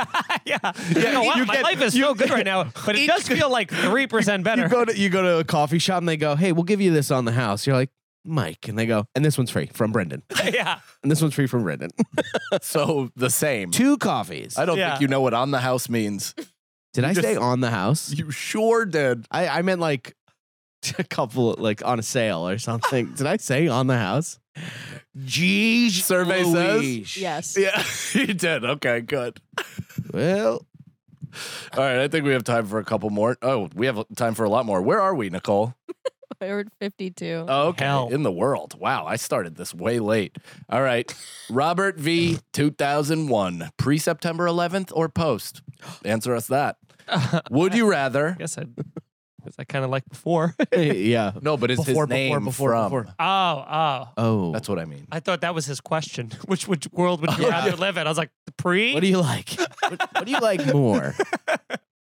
D: yeah. You know what?
C: you
D: My
C: get-
D: life is so good right now, but it does feel like three percent
C: You
D: better.
C: go to you go to a coffee shop and they go, "Hey, we'll give you this on the house." You're like, "Mike," and they go, "And this one's free from Brendan,
D: yeah,
C: and this one's free from Brendan."
B: so the same.
C: Two coffees.
B: I don't
D: Yeah.
B: think you know what on the house means.
C: Did I
B: just-
C: say on the house?
B: You sure did.
C: I I meant like a couple, like on a sale or something. Did I say on the house? Jeez,
B: Survey says.
E: Yes.
B: Yeah, you did. Okay, good.
C: Well,
B: All right, I think we have time for a couple more. Oh, we have time for a lot more. Where are we, Nicole? Oh,
E: Forward 52.
D: Oh,
B: Okay.
D: Hell.
B: In the world. Wow. I started this way late. All right. Robert V. 2001, pre September 11th or post? Answer us that. Would you rather?
D: guess I, guess I kind of like before. oh,
C: eh, yeah.
B: No, but it's
C: Before,
B: his name
C: before, before,
B: from.
C: before.
D: oh.
C: Oh,
B: That's what I mean.
D: I thought that was his question. Which which world would you rather live in? I was like, the pre?
C: what do you like? what, what do you like more?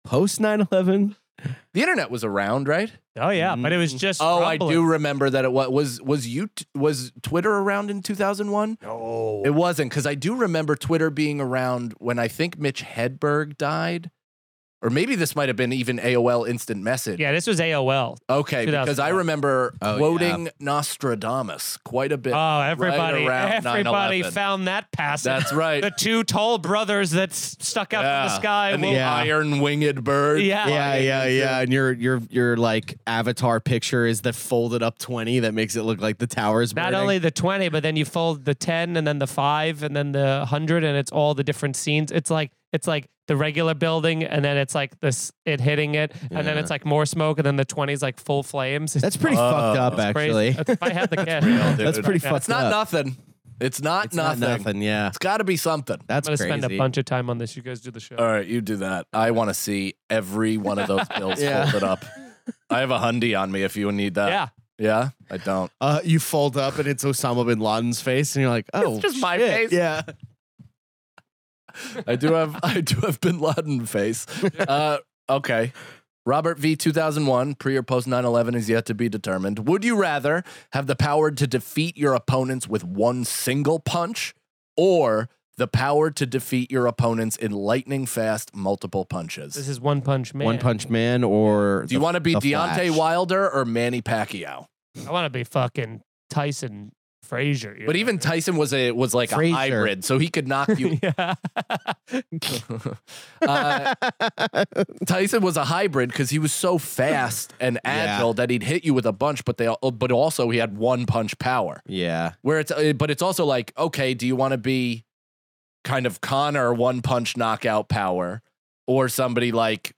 C: Post 9/11.
B: The internet was around, right?
D: oh yeah, but it was just
B: Oh,
C: Mm-hmm.
B: I
D: crumbling.
B: do remember that it was was was you was Twitter around in 2001? No. It wasn't cuz I do remember Twitter being around when I think Mitch Hedberg died. Or maybe this might have been even AOL instant message.
D: Yeah, this was AOL.
B: Okay, because I
D: 2001.
B: remember
C: Oh, yeah.
B: quoting Nostradamus quite a bit.
D: Oh, everybody
B: around
D: everybody
B: 9/11.
D: found that passage.
B: That's right.
D: The two tall brothers that s- stuck out from the
B: Yeah.
D: sky.
B: and the
D: will-
C: Yeah.
B: iron winged bird.
D: yeah.
C: Yeah, yeah,
B: is
C: yeah. And your your your like avatar picture is the folded up 20 that makes it look like the towers.
D: Not only the 20, but then you fold the 10 and then the 5 and then the 100 and it's all the different scenes. It's like it's like the regular building and then it's like this it hitting it and then
C: Yeah.
D: it's like more smoke and then the 20 is like full flames. It's
C: That's pretty
B: Oh,
C: fucked up,
D: It's
C: actually.
D: crazy. That's- If I had the kid.
B: real, dude.
C: That's pretty
D: Yeah.
C: fucked
B: It's not
C: up.
B: nothing. It's not
C: It's
B: nothing.
C: Not nothing. Yeah,
B: It's got to be something.
D: I'm
C: that's
D: gonna
C: crazy.
D: spend a bunch of time on this. You guys do the show.
B: All right, you do that. I want to see every one of those bills
C: Yeah.
B: folded up. I have a hundy on me if you need that.
D: yeah.
B: Yeah, I don't.
C: Uh, you fold up and it's Osama bin Laden's face, and you're like, oh,
B: just my
C: shit,
B: face.
C: Yeah,
B: I do have I do have bin Laden face. Uh, okay. Robert V 2001 pre or post 9/11 is yet to be determined. Would you rather have the power to defeat your opponents with one single punch or the power to defeat your opponents in lightning fast multiple
D: This
B: punches?
D: is One Punch Man.
C: One Punch Man or
B: Do you want to be
C: the
B: Deontay
C: Flash.
B: Wilder or Manny Pacquiao?
D: I want to be fucking Tyson Frazier. you
B: But
D: know?
B: even Tyson was a was like
C: Frazier.
B: a hybrid, so he could knock you.
D: yeah.
B: uh, Tyson was a hybrid because he was so fast and agile that he'd hit you with a bunch, but they al- oh, but also he had one punch power.
C: Yeah,
B: Where it's uh, but it's also like okay, do you want to be kind of Connor one punch knockout power or somebody like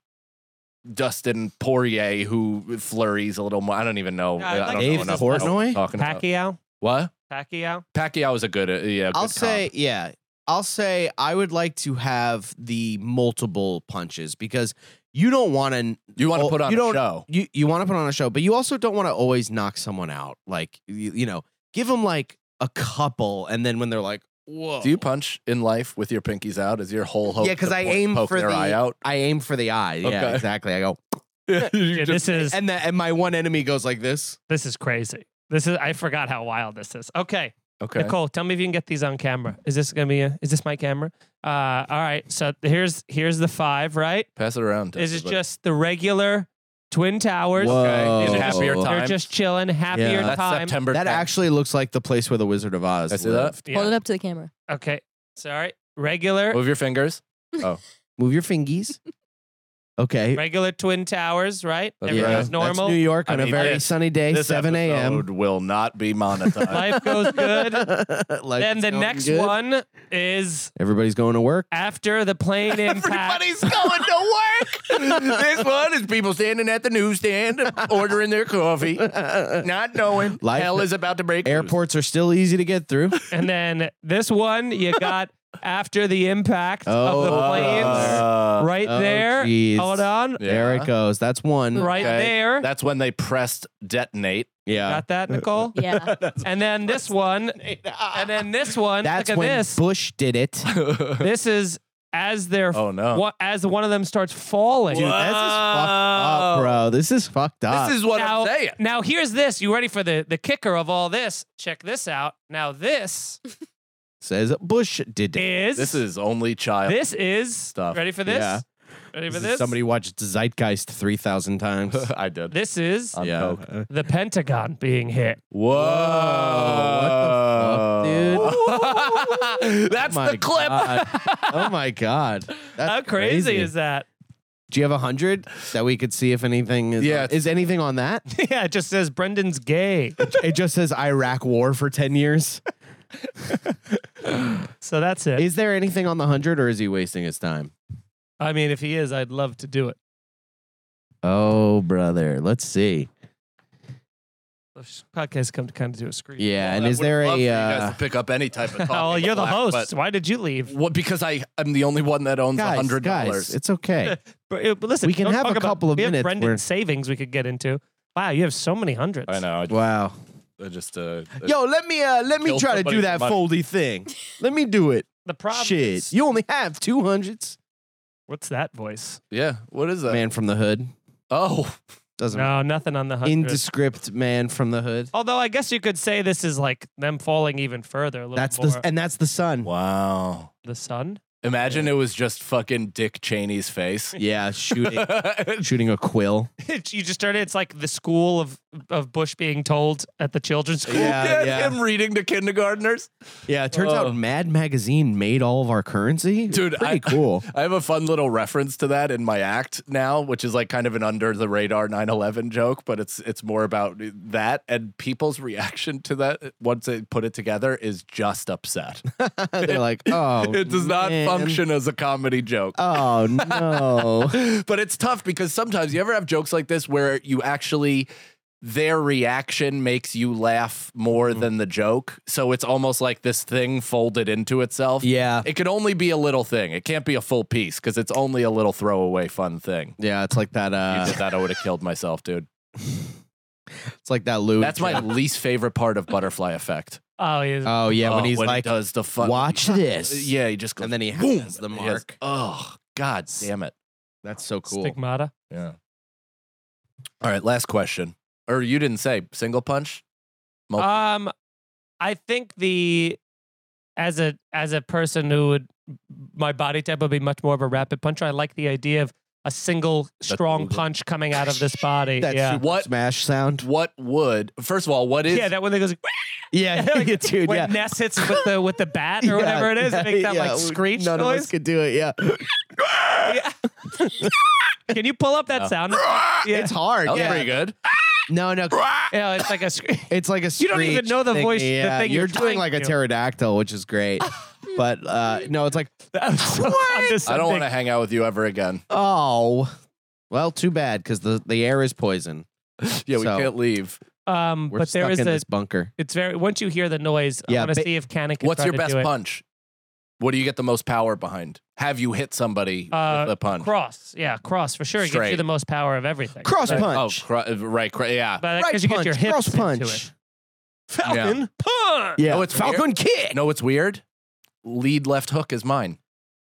B: Dustin Poirier who flurries a little more? I don't even know.
D: Yeah, I'd
B: I
D: like
B: don't
D: Dave
B: know enough
C: Portnoy?
B: about what I'm talking about.
D: Pacquiao.
B: What?
D: Pacquiao.
B: Pacquiao is a good uh, yeah. good
C: I'll
B: comp.
C: say, yeah, I'll say I would like to have the multiple punches because you don't want to
B: you want to
C: Oh,
B: put on
C: you
B: a
C: don't-
B: show.
C: you you want to put on a show, but you also don't want to always knock someone out. Like you, you know, give them like a couple, and then when they're like, whoa,
B: Do you punch in life with your pinkies out? Is your whole hope?
C: Yeah, 'cause
B: to
C: I
B: po-
C: aim
B: poke
C: for
B: their
C: the-
B: eye out.
C: I aim for the eye. Yeah,
B: Okay.
C: exactly. I go,
D: Yeah, this is
C: and the, and my one enemy goes like this.
D: this is crazy. This is I forgot how wild this is. Okay,
B: Okay.
D: Nicole, tell me if you can get these on camera. Is this gonna be? A, is this my camera? Uh, all right. So here's here's the five. Right.
B: Pass it around. to
D: This is
B: everybody.
D: just the regular Twin Towers.
C: Whoa.
B: Okay. Is it happier
C: They're
D: They're
B: time?
D: just chilling, happier
C: Yeah.
B: That's
D: time.
B: September.
C: That
B: 10th.
C: actually looks like the place where the Wizard of Oz.
B: I see that.
C: lived.
D: Yeah.
E: Hold it up to the camera.
D: Okay. Sorry. Regular
B: Move your fingers.
C: Move your fingies. Okay.
D: regular Twin Towers, right?
B: That's
D: Everything
B: right.
D: was
C: That's
D: normal.
C: New York
B: I
C: on a
B: mean,
C: very
B: this-
C: sunny day,
B: this
C: 7 a.m.
B: episode will not be monetized.
D: Life goes good.
C: Life
D: then
C: is
D: the
C: going
D: next
C: good.
D: one is
C: Everybody's going to work.
D: after the plane impact.
B: Everybody's going to work. this one is people standing at the newsstand ordering their coffee, not knowing
C: Life-
B: hell is about to break. loose.
C: Airports are still easy to get through.
D: and then this one you got after the impact of the
C: Oh,
D: planes.
B: Uh,
D: right
C: oh,
D: there.
C: jeez.
D: Hold on.
B: yeah.
C: There it goes. That's one.
D: Right
B: Okay.
D: there.
B: That's when they pressed detonate.
C: Yeah.
D: got that, Nicole?
E: Yeah.
D: and then this one. And then this one.
C: That's
D: look at
C: when
D: this.
C: Bush did it.
D: this is as they're
B: Oh, no.
D: wha- as one of them starts falling.
C: Dude, this is fucked up, bro. This is fucked up.
B: This is what
D: now,
B: I'm saying.
D: now here's this. You ready for the the kicker of all this? Check this out. Now this
C: says Bush did it.
D: is
B: This is only child.
D: this is
B: Stuff.
D: Ready for this?
C: Yeah.
D: Ready
C: This
D: for
C: is
D: this?
C: Somebody watched Zeitgeist 3,000 times.
B: I did.
D: This is
B: On
C: yeah.
B: Coke.
D: the Pentagon being hit.
B: Whoa.
C: What
B: dude? That's
C: my
B: the clip.
C: God. oh my God. That's
D: How crazy, is that?
C: Do you have a hundred that we could see if anything is?
B: Yeah.
C: is anything on that?
D: yeah, it just says Brendan's gay.
C: it just says Iraq War for ten years.
D: So that's it.
C: Is there anything on the hundred, or is he wasting his time?
D: I mean, if he is, I'd love to do it.
C: Oh, brother. Let's see.
D: This podcast come to kind of do a screen.
C: Yeah,
B: Well,
C: and
B: I
C: is
B: would
C: there
B: love for
C: a
B: you guys
C: uh,
B: to pick up any type of?
D: Oh,
B: topic
D: you're the
B: left,
D: host.
B: but-
D: Why did you leave?
B: What? Because I I'm the only one that owns a
C: guys?
B: hundred
C: Guys,
B: dollars.
C: it's okay.
D: But, uh, but listen,
C: We can
D: don't
C: have
D: talk
C: a
D: about-
C: couple of
D: we have
C: minutes
D: Brendan
C: where-
D: savings we could get into. Wow, you have so many hundreds.
B: I know. I just,
C: wow.
B: I just uh,
C: Yo, let me uh, let me
B: Kill
C: try to
B: somebody for
C: do that
B: money.
C: foldy thing. Let me do it.
D: The problem
C: Shit,
D: is-
C: you only have two hundreds.
D: what's that voice?
B: yeah. What is that?
C: Man from the hood
B: Oh,
C: doesn't
D: No, nothing on the hundreds.
C: indescript man from the hood.
D: Although I guess you could say this is like them falling even further. A little
C: That's
D: more.
C: the and that's the son.
B: wow.
D: the sun.
B: Imagine it was just fucking Dick Cheney's face.
C: Yeah, shooting shooting a quill.
D: you just started. It's like the school of of Bush being told at the children's school.
C: Yeah,
B: yeah,
C: yeah.
B: him reading to kindergartners.
C: Yeah, it turns
B: Oh.
C: out Mad Magazine made all of our currency.
B: Dude,
C: pretty
B: I-
C: cool.
B: I have a fun little reference to that in my act now, which is like kind of an under the radar 9/11 joke, but it's it's more about that and people's reaction to that once they put it together is just upset.
C: They're like, oh,
B: it does not
C: man.
B: function as a comedy joke.
C: Oh no.
B: but it's tough because sometimes you ever have jokes like this where you actually their reaction makes you laugh more
C: Mm-hmm.
B: than the joke. So it's almost like this thing folded into itself.
C: yeah,
B: It can only be a little thing. It can't be a full piece because it's only a little throwaway fun thing.
C: yeah. It's like
B: If
C: that.
B: you
C: Uh,
B: did that, I would have killed myself, dude.
C: it's like that. Louis.
B: That's my least favorite part of Butterfly Effect.
D: Oh, yeah.
C: Oh yeah, when
B: Oh,
C: he's
B: he
C: like,
B: does the fun.
C: watch this.
B: Yeah, he just goes,
C: and then he
B: boom,
C: has the
B: He has-
C: mark.
B: oh, god damn it.
C: That's so cool.
D: stigmata.
B: Yeah. All right, last question. Or you didn't say single punch. Multi-
D: Um, I think the as a as a person who would my body type would be much more of a rapid puncher. I like the idea of a single strong
B: moving.
D: punch coming out of this body.
C: That
D: yeah.
C: super
B: What-
C: smash sound.
B: What would first of all? What is?
D: yeah, that one that goes
C: Yeah,
D: like,
C: dude.
D: when
C: yeah.
D: Ness hits with the with the bat or
C: Yeah,
D: whatever it is,
C: yeah,
D: make that
C: yeah,
D: like
C: we-
D: screech
C: None of us
D: noise.
C: could do it. Yeah,
D: Yeah. Can you pull up that
B: No.
D: sound? Yeah.
C: it's hard.
B: that was
C: yeah.
B: pretty good.
C: No, no.
D: yeah, it's like a screech.
C: It's like a
D: You don't even
C: screech
D: know the
C: thing.
D: voice- the
C: Yeah,
D: thing
C: you're,
D: you're
C: doing
D: trying
C: like a
D: to.
C: pterodactyl, which is great. but uh no, it's like
B: I don't want to hang out with you ever again.
C: oh, well, too bad because the the air is poison.
B: Yeah, we
C: So-
B: can't leave.
D: Um,
C: We're
D: but
C: stuck
D: there is
C: in
D: a.
C: this bunker.
D: It's very once you hear the noise.
C: Yeah,
D: I want
C: ba-
D: to see if Cannon can.
B: What's
D: try
B: your
D: to
B: best
D: do it.
B: punch? What do you get the most power behind? Have you hit somebody
D: Uh,
B: with a punch?
D: Cross, yeah, cross for sure. It gives
B: Straight.
D: you the most power of everything.
C: Cross
D: But-
B: oh,
C: punch.
B: cro- right, cro- yeah.
D: but
C: right
D: because you
C: punch.
D: get your hips
C: cross
D: into
C: punch.
D: it. Falcon punch.
C: Yeah, Oh,
B: No, it's
C: Falcon
B: weird.
C: kick.
B: No, it's weird. Lead left hook is mine.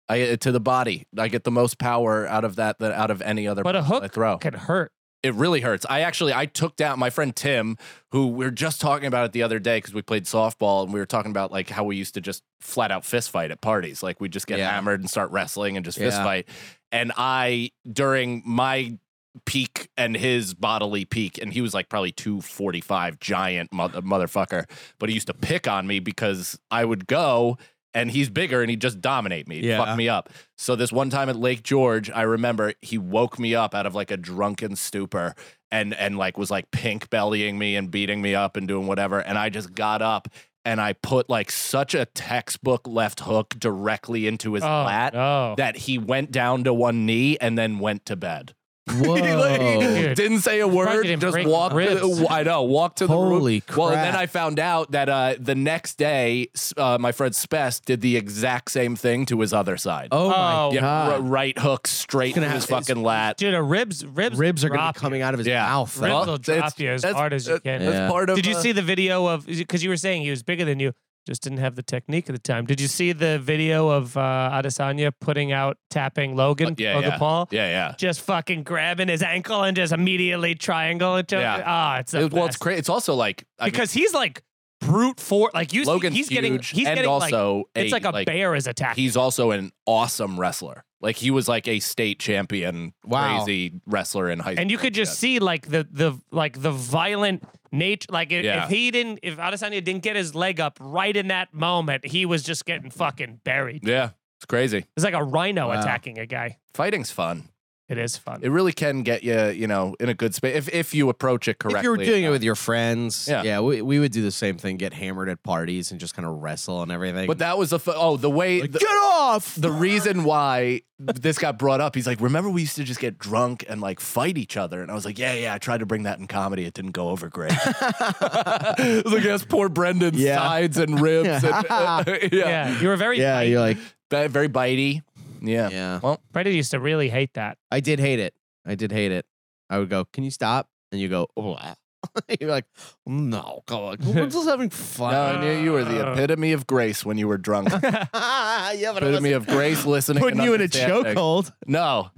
B: I to the body. I get the most power out of that than out of any other.
D: But a
B: punch I
D: hook
B: throw.
D: Can hurt.
B: It really hurts. I actually I took down my friend Tim, who we were just talking about it the other day because we played softball and we were talking about like how we used to just flat out fist fight at parties. Like we just get
C: Yeah.
B: hammered and start wrestling and just fist
C: Yeah.
B: fight. And I during my peak and his bodily peak, and he was like probably two forty five giant mother- motherfucker. But he used to pick on me because I would go and he's bigger and he'd just dominate me,
C: Yeah.
B: fuck me up. So this one time at Lake George, I remember he woke me up out of like a drunken stupor and and like was like pink bellying me and beating me up and doing whatever. And I just got up and I put like such a textbook left hook directly into his
D: Oh,
B: lat
D: no.
B: that he went down to one knee and then went to bed. He, like,
C: Whoa.
D: Dude.
B: didn't say a
D: Surprised you
B: word.
D: didn't
B: Just
D: break
B: walked.
D: ribs.
B: I know. Walked to the room.
C: Holy
B: Well, and then
C: crap.
B: I found out that uh, the next day, s- uh, my friend Spess did the exact same thing to his other side.
C: Oh
D: Oh.
C: my
B: yeah,
C: god.
B: r- right hook straight
C: Gonna
B: to his
C: have-
B: fucking lat.
D: Dude, a ribs ribs
C: ribs are gonna
D: drop
C: be coming out of his
B: Yeah.
C: mouth.
D: Ribs
B: Well,
D: will
B: that's-
D: drop you as
B: that's-
D: hard as you can.
B: That's
C: Yeah.
B: part of.
D: Did you
B: uh,
D: see the video of because you were saying he was bigger than you, just didn't have the technique at the time. Did you see the video of uh, Adesanya putting out tapping Logan,
B: yeah,
D: Logan Paul?
B: Yeah, yeah.
D: Just fucking grabbing his ankle and just immediately triangle it. to-
B: Yeah.
D: Ah, it's the
B: It- well, it's
D: best.
B: cra- It's also like I mean,
D: because he's like brute force. Like you, see-
B: Logan's
D: he's getting,
B: huge
D: he's
B: and
D: getting like
B: also a,
D: it's like a bear is attacking.
B: He's also an awesome wrestler. Like he was like a state champion,
C: Wow.
B: crazy wrestler in high school.
D: and you could just
B: Yeah.
D: see like the the like the violent nature. Like if,
B: Yeah.
D: if he didn't, if Adesanya didn't get his leg up right in that moment, he was just getting fucking buried.
B: Yeah, it's crazy.
D: It's like a rhino
C: Wow.
D: attacking a guy.
B: Fighting's fun.
D: It is fun.
B: It really can get you, you know, in a good space if, if you approach it correctly.
C: If you were doing it with your friends,
B: Yeah.
C: yeah, we, we would do the same thing, get hammered at parties and just kind of wrestle and everything.
B: But that was the f- oh the way the,
C: get off!
B: the reason why this got brought up. He's like, remember we used to just get drunk and like fight each other, and I was like, yeah, yeah. I tried to bring that in comedy, it didn't go over great. I was like, that's poor Brendan's
C: Yeah.
B: sides and ribs. And, yeah,
D: Yeah, you were very.
C: yeah,
D: Yeah,
C: you're like,
B: That- very bitey. Yeah.
C: yeah.
B: Well,
D: Brendan used to really hate that.
C: I did hate it. I did hate it. I would go, can you stop? And you go, oh, ah." you're like, no, come on. We're just having fun.
B: no, I knew you were the epitome of grace when you were drunk.
C: Ah, yeah, but I
B: epitome
C: wasn't
B: of grace, listening,
C: putting
B: and
C: you in a
B: understanding.
C: chokehold.
B: No,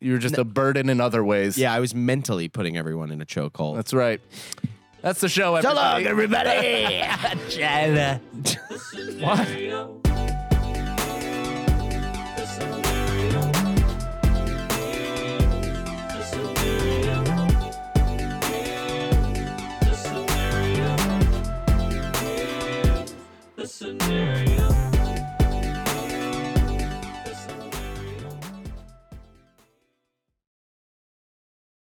B: you were just a burden in other ways.
C: Yeah, I was mentally putting everyone in a chokehold.
B: That's right. That's the show, everybody.
C: everybody.
I: The scenario. The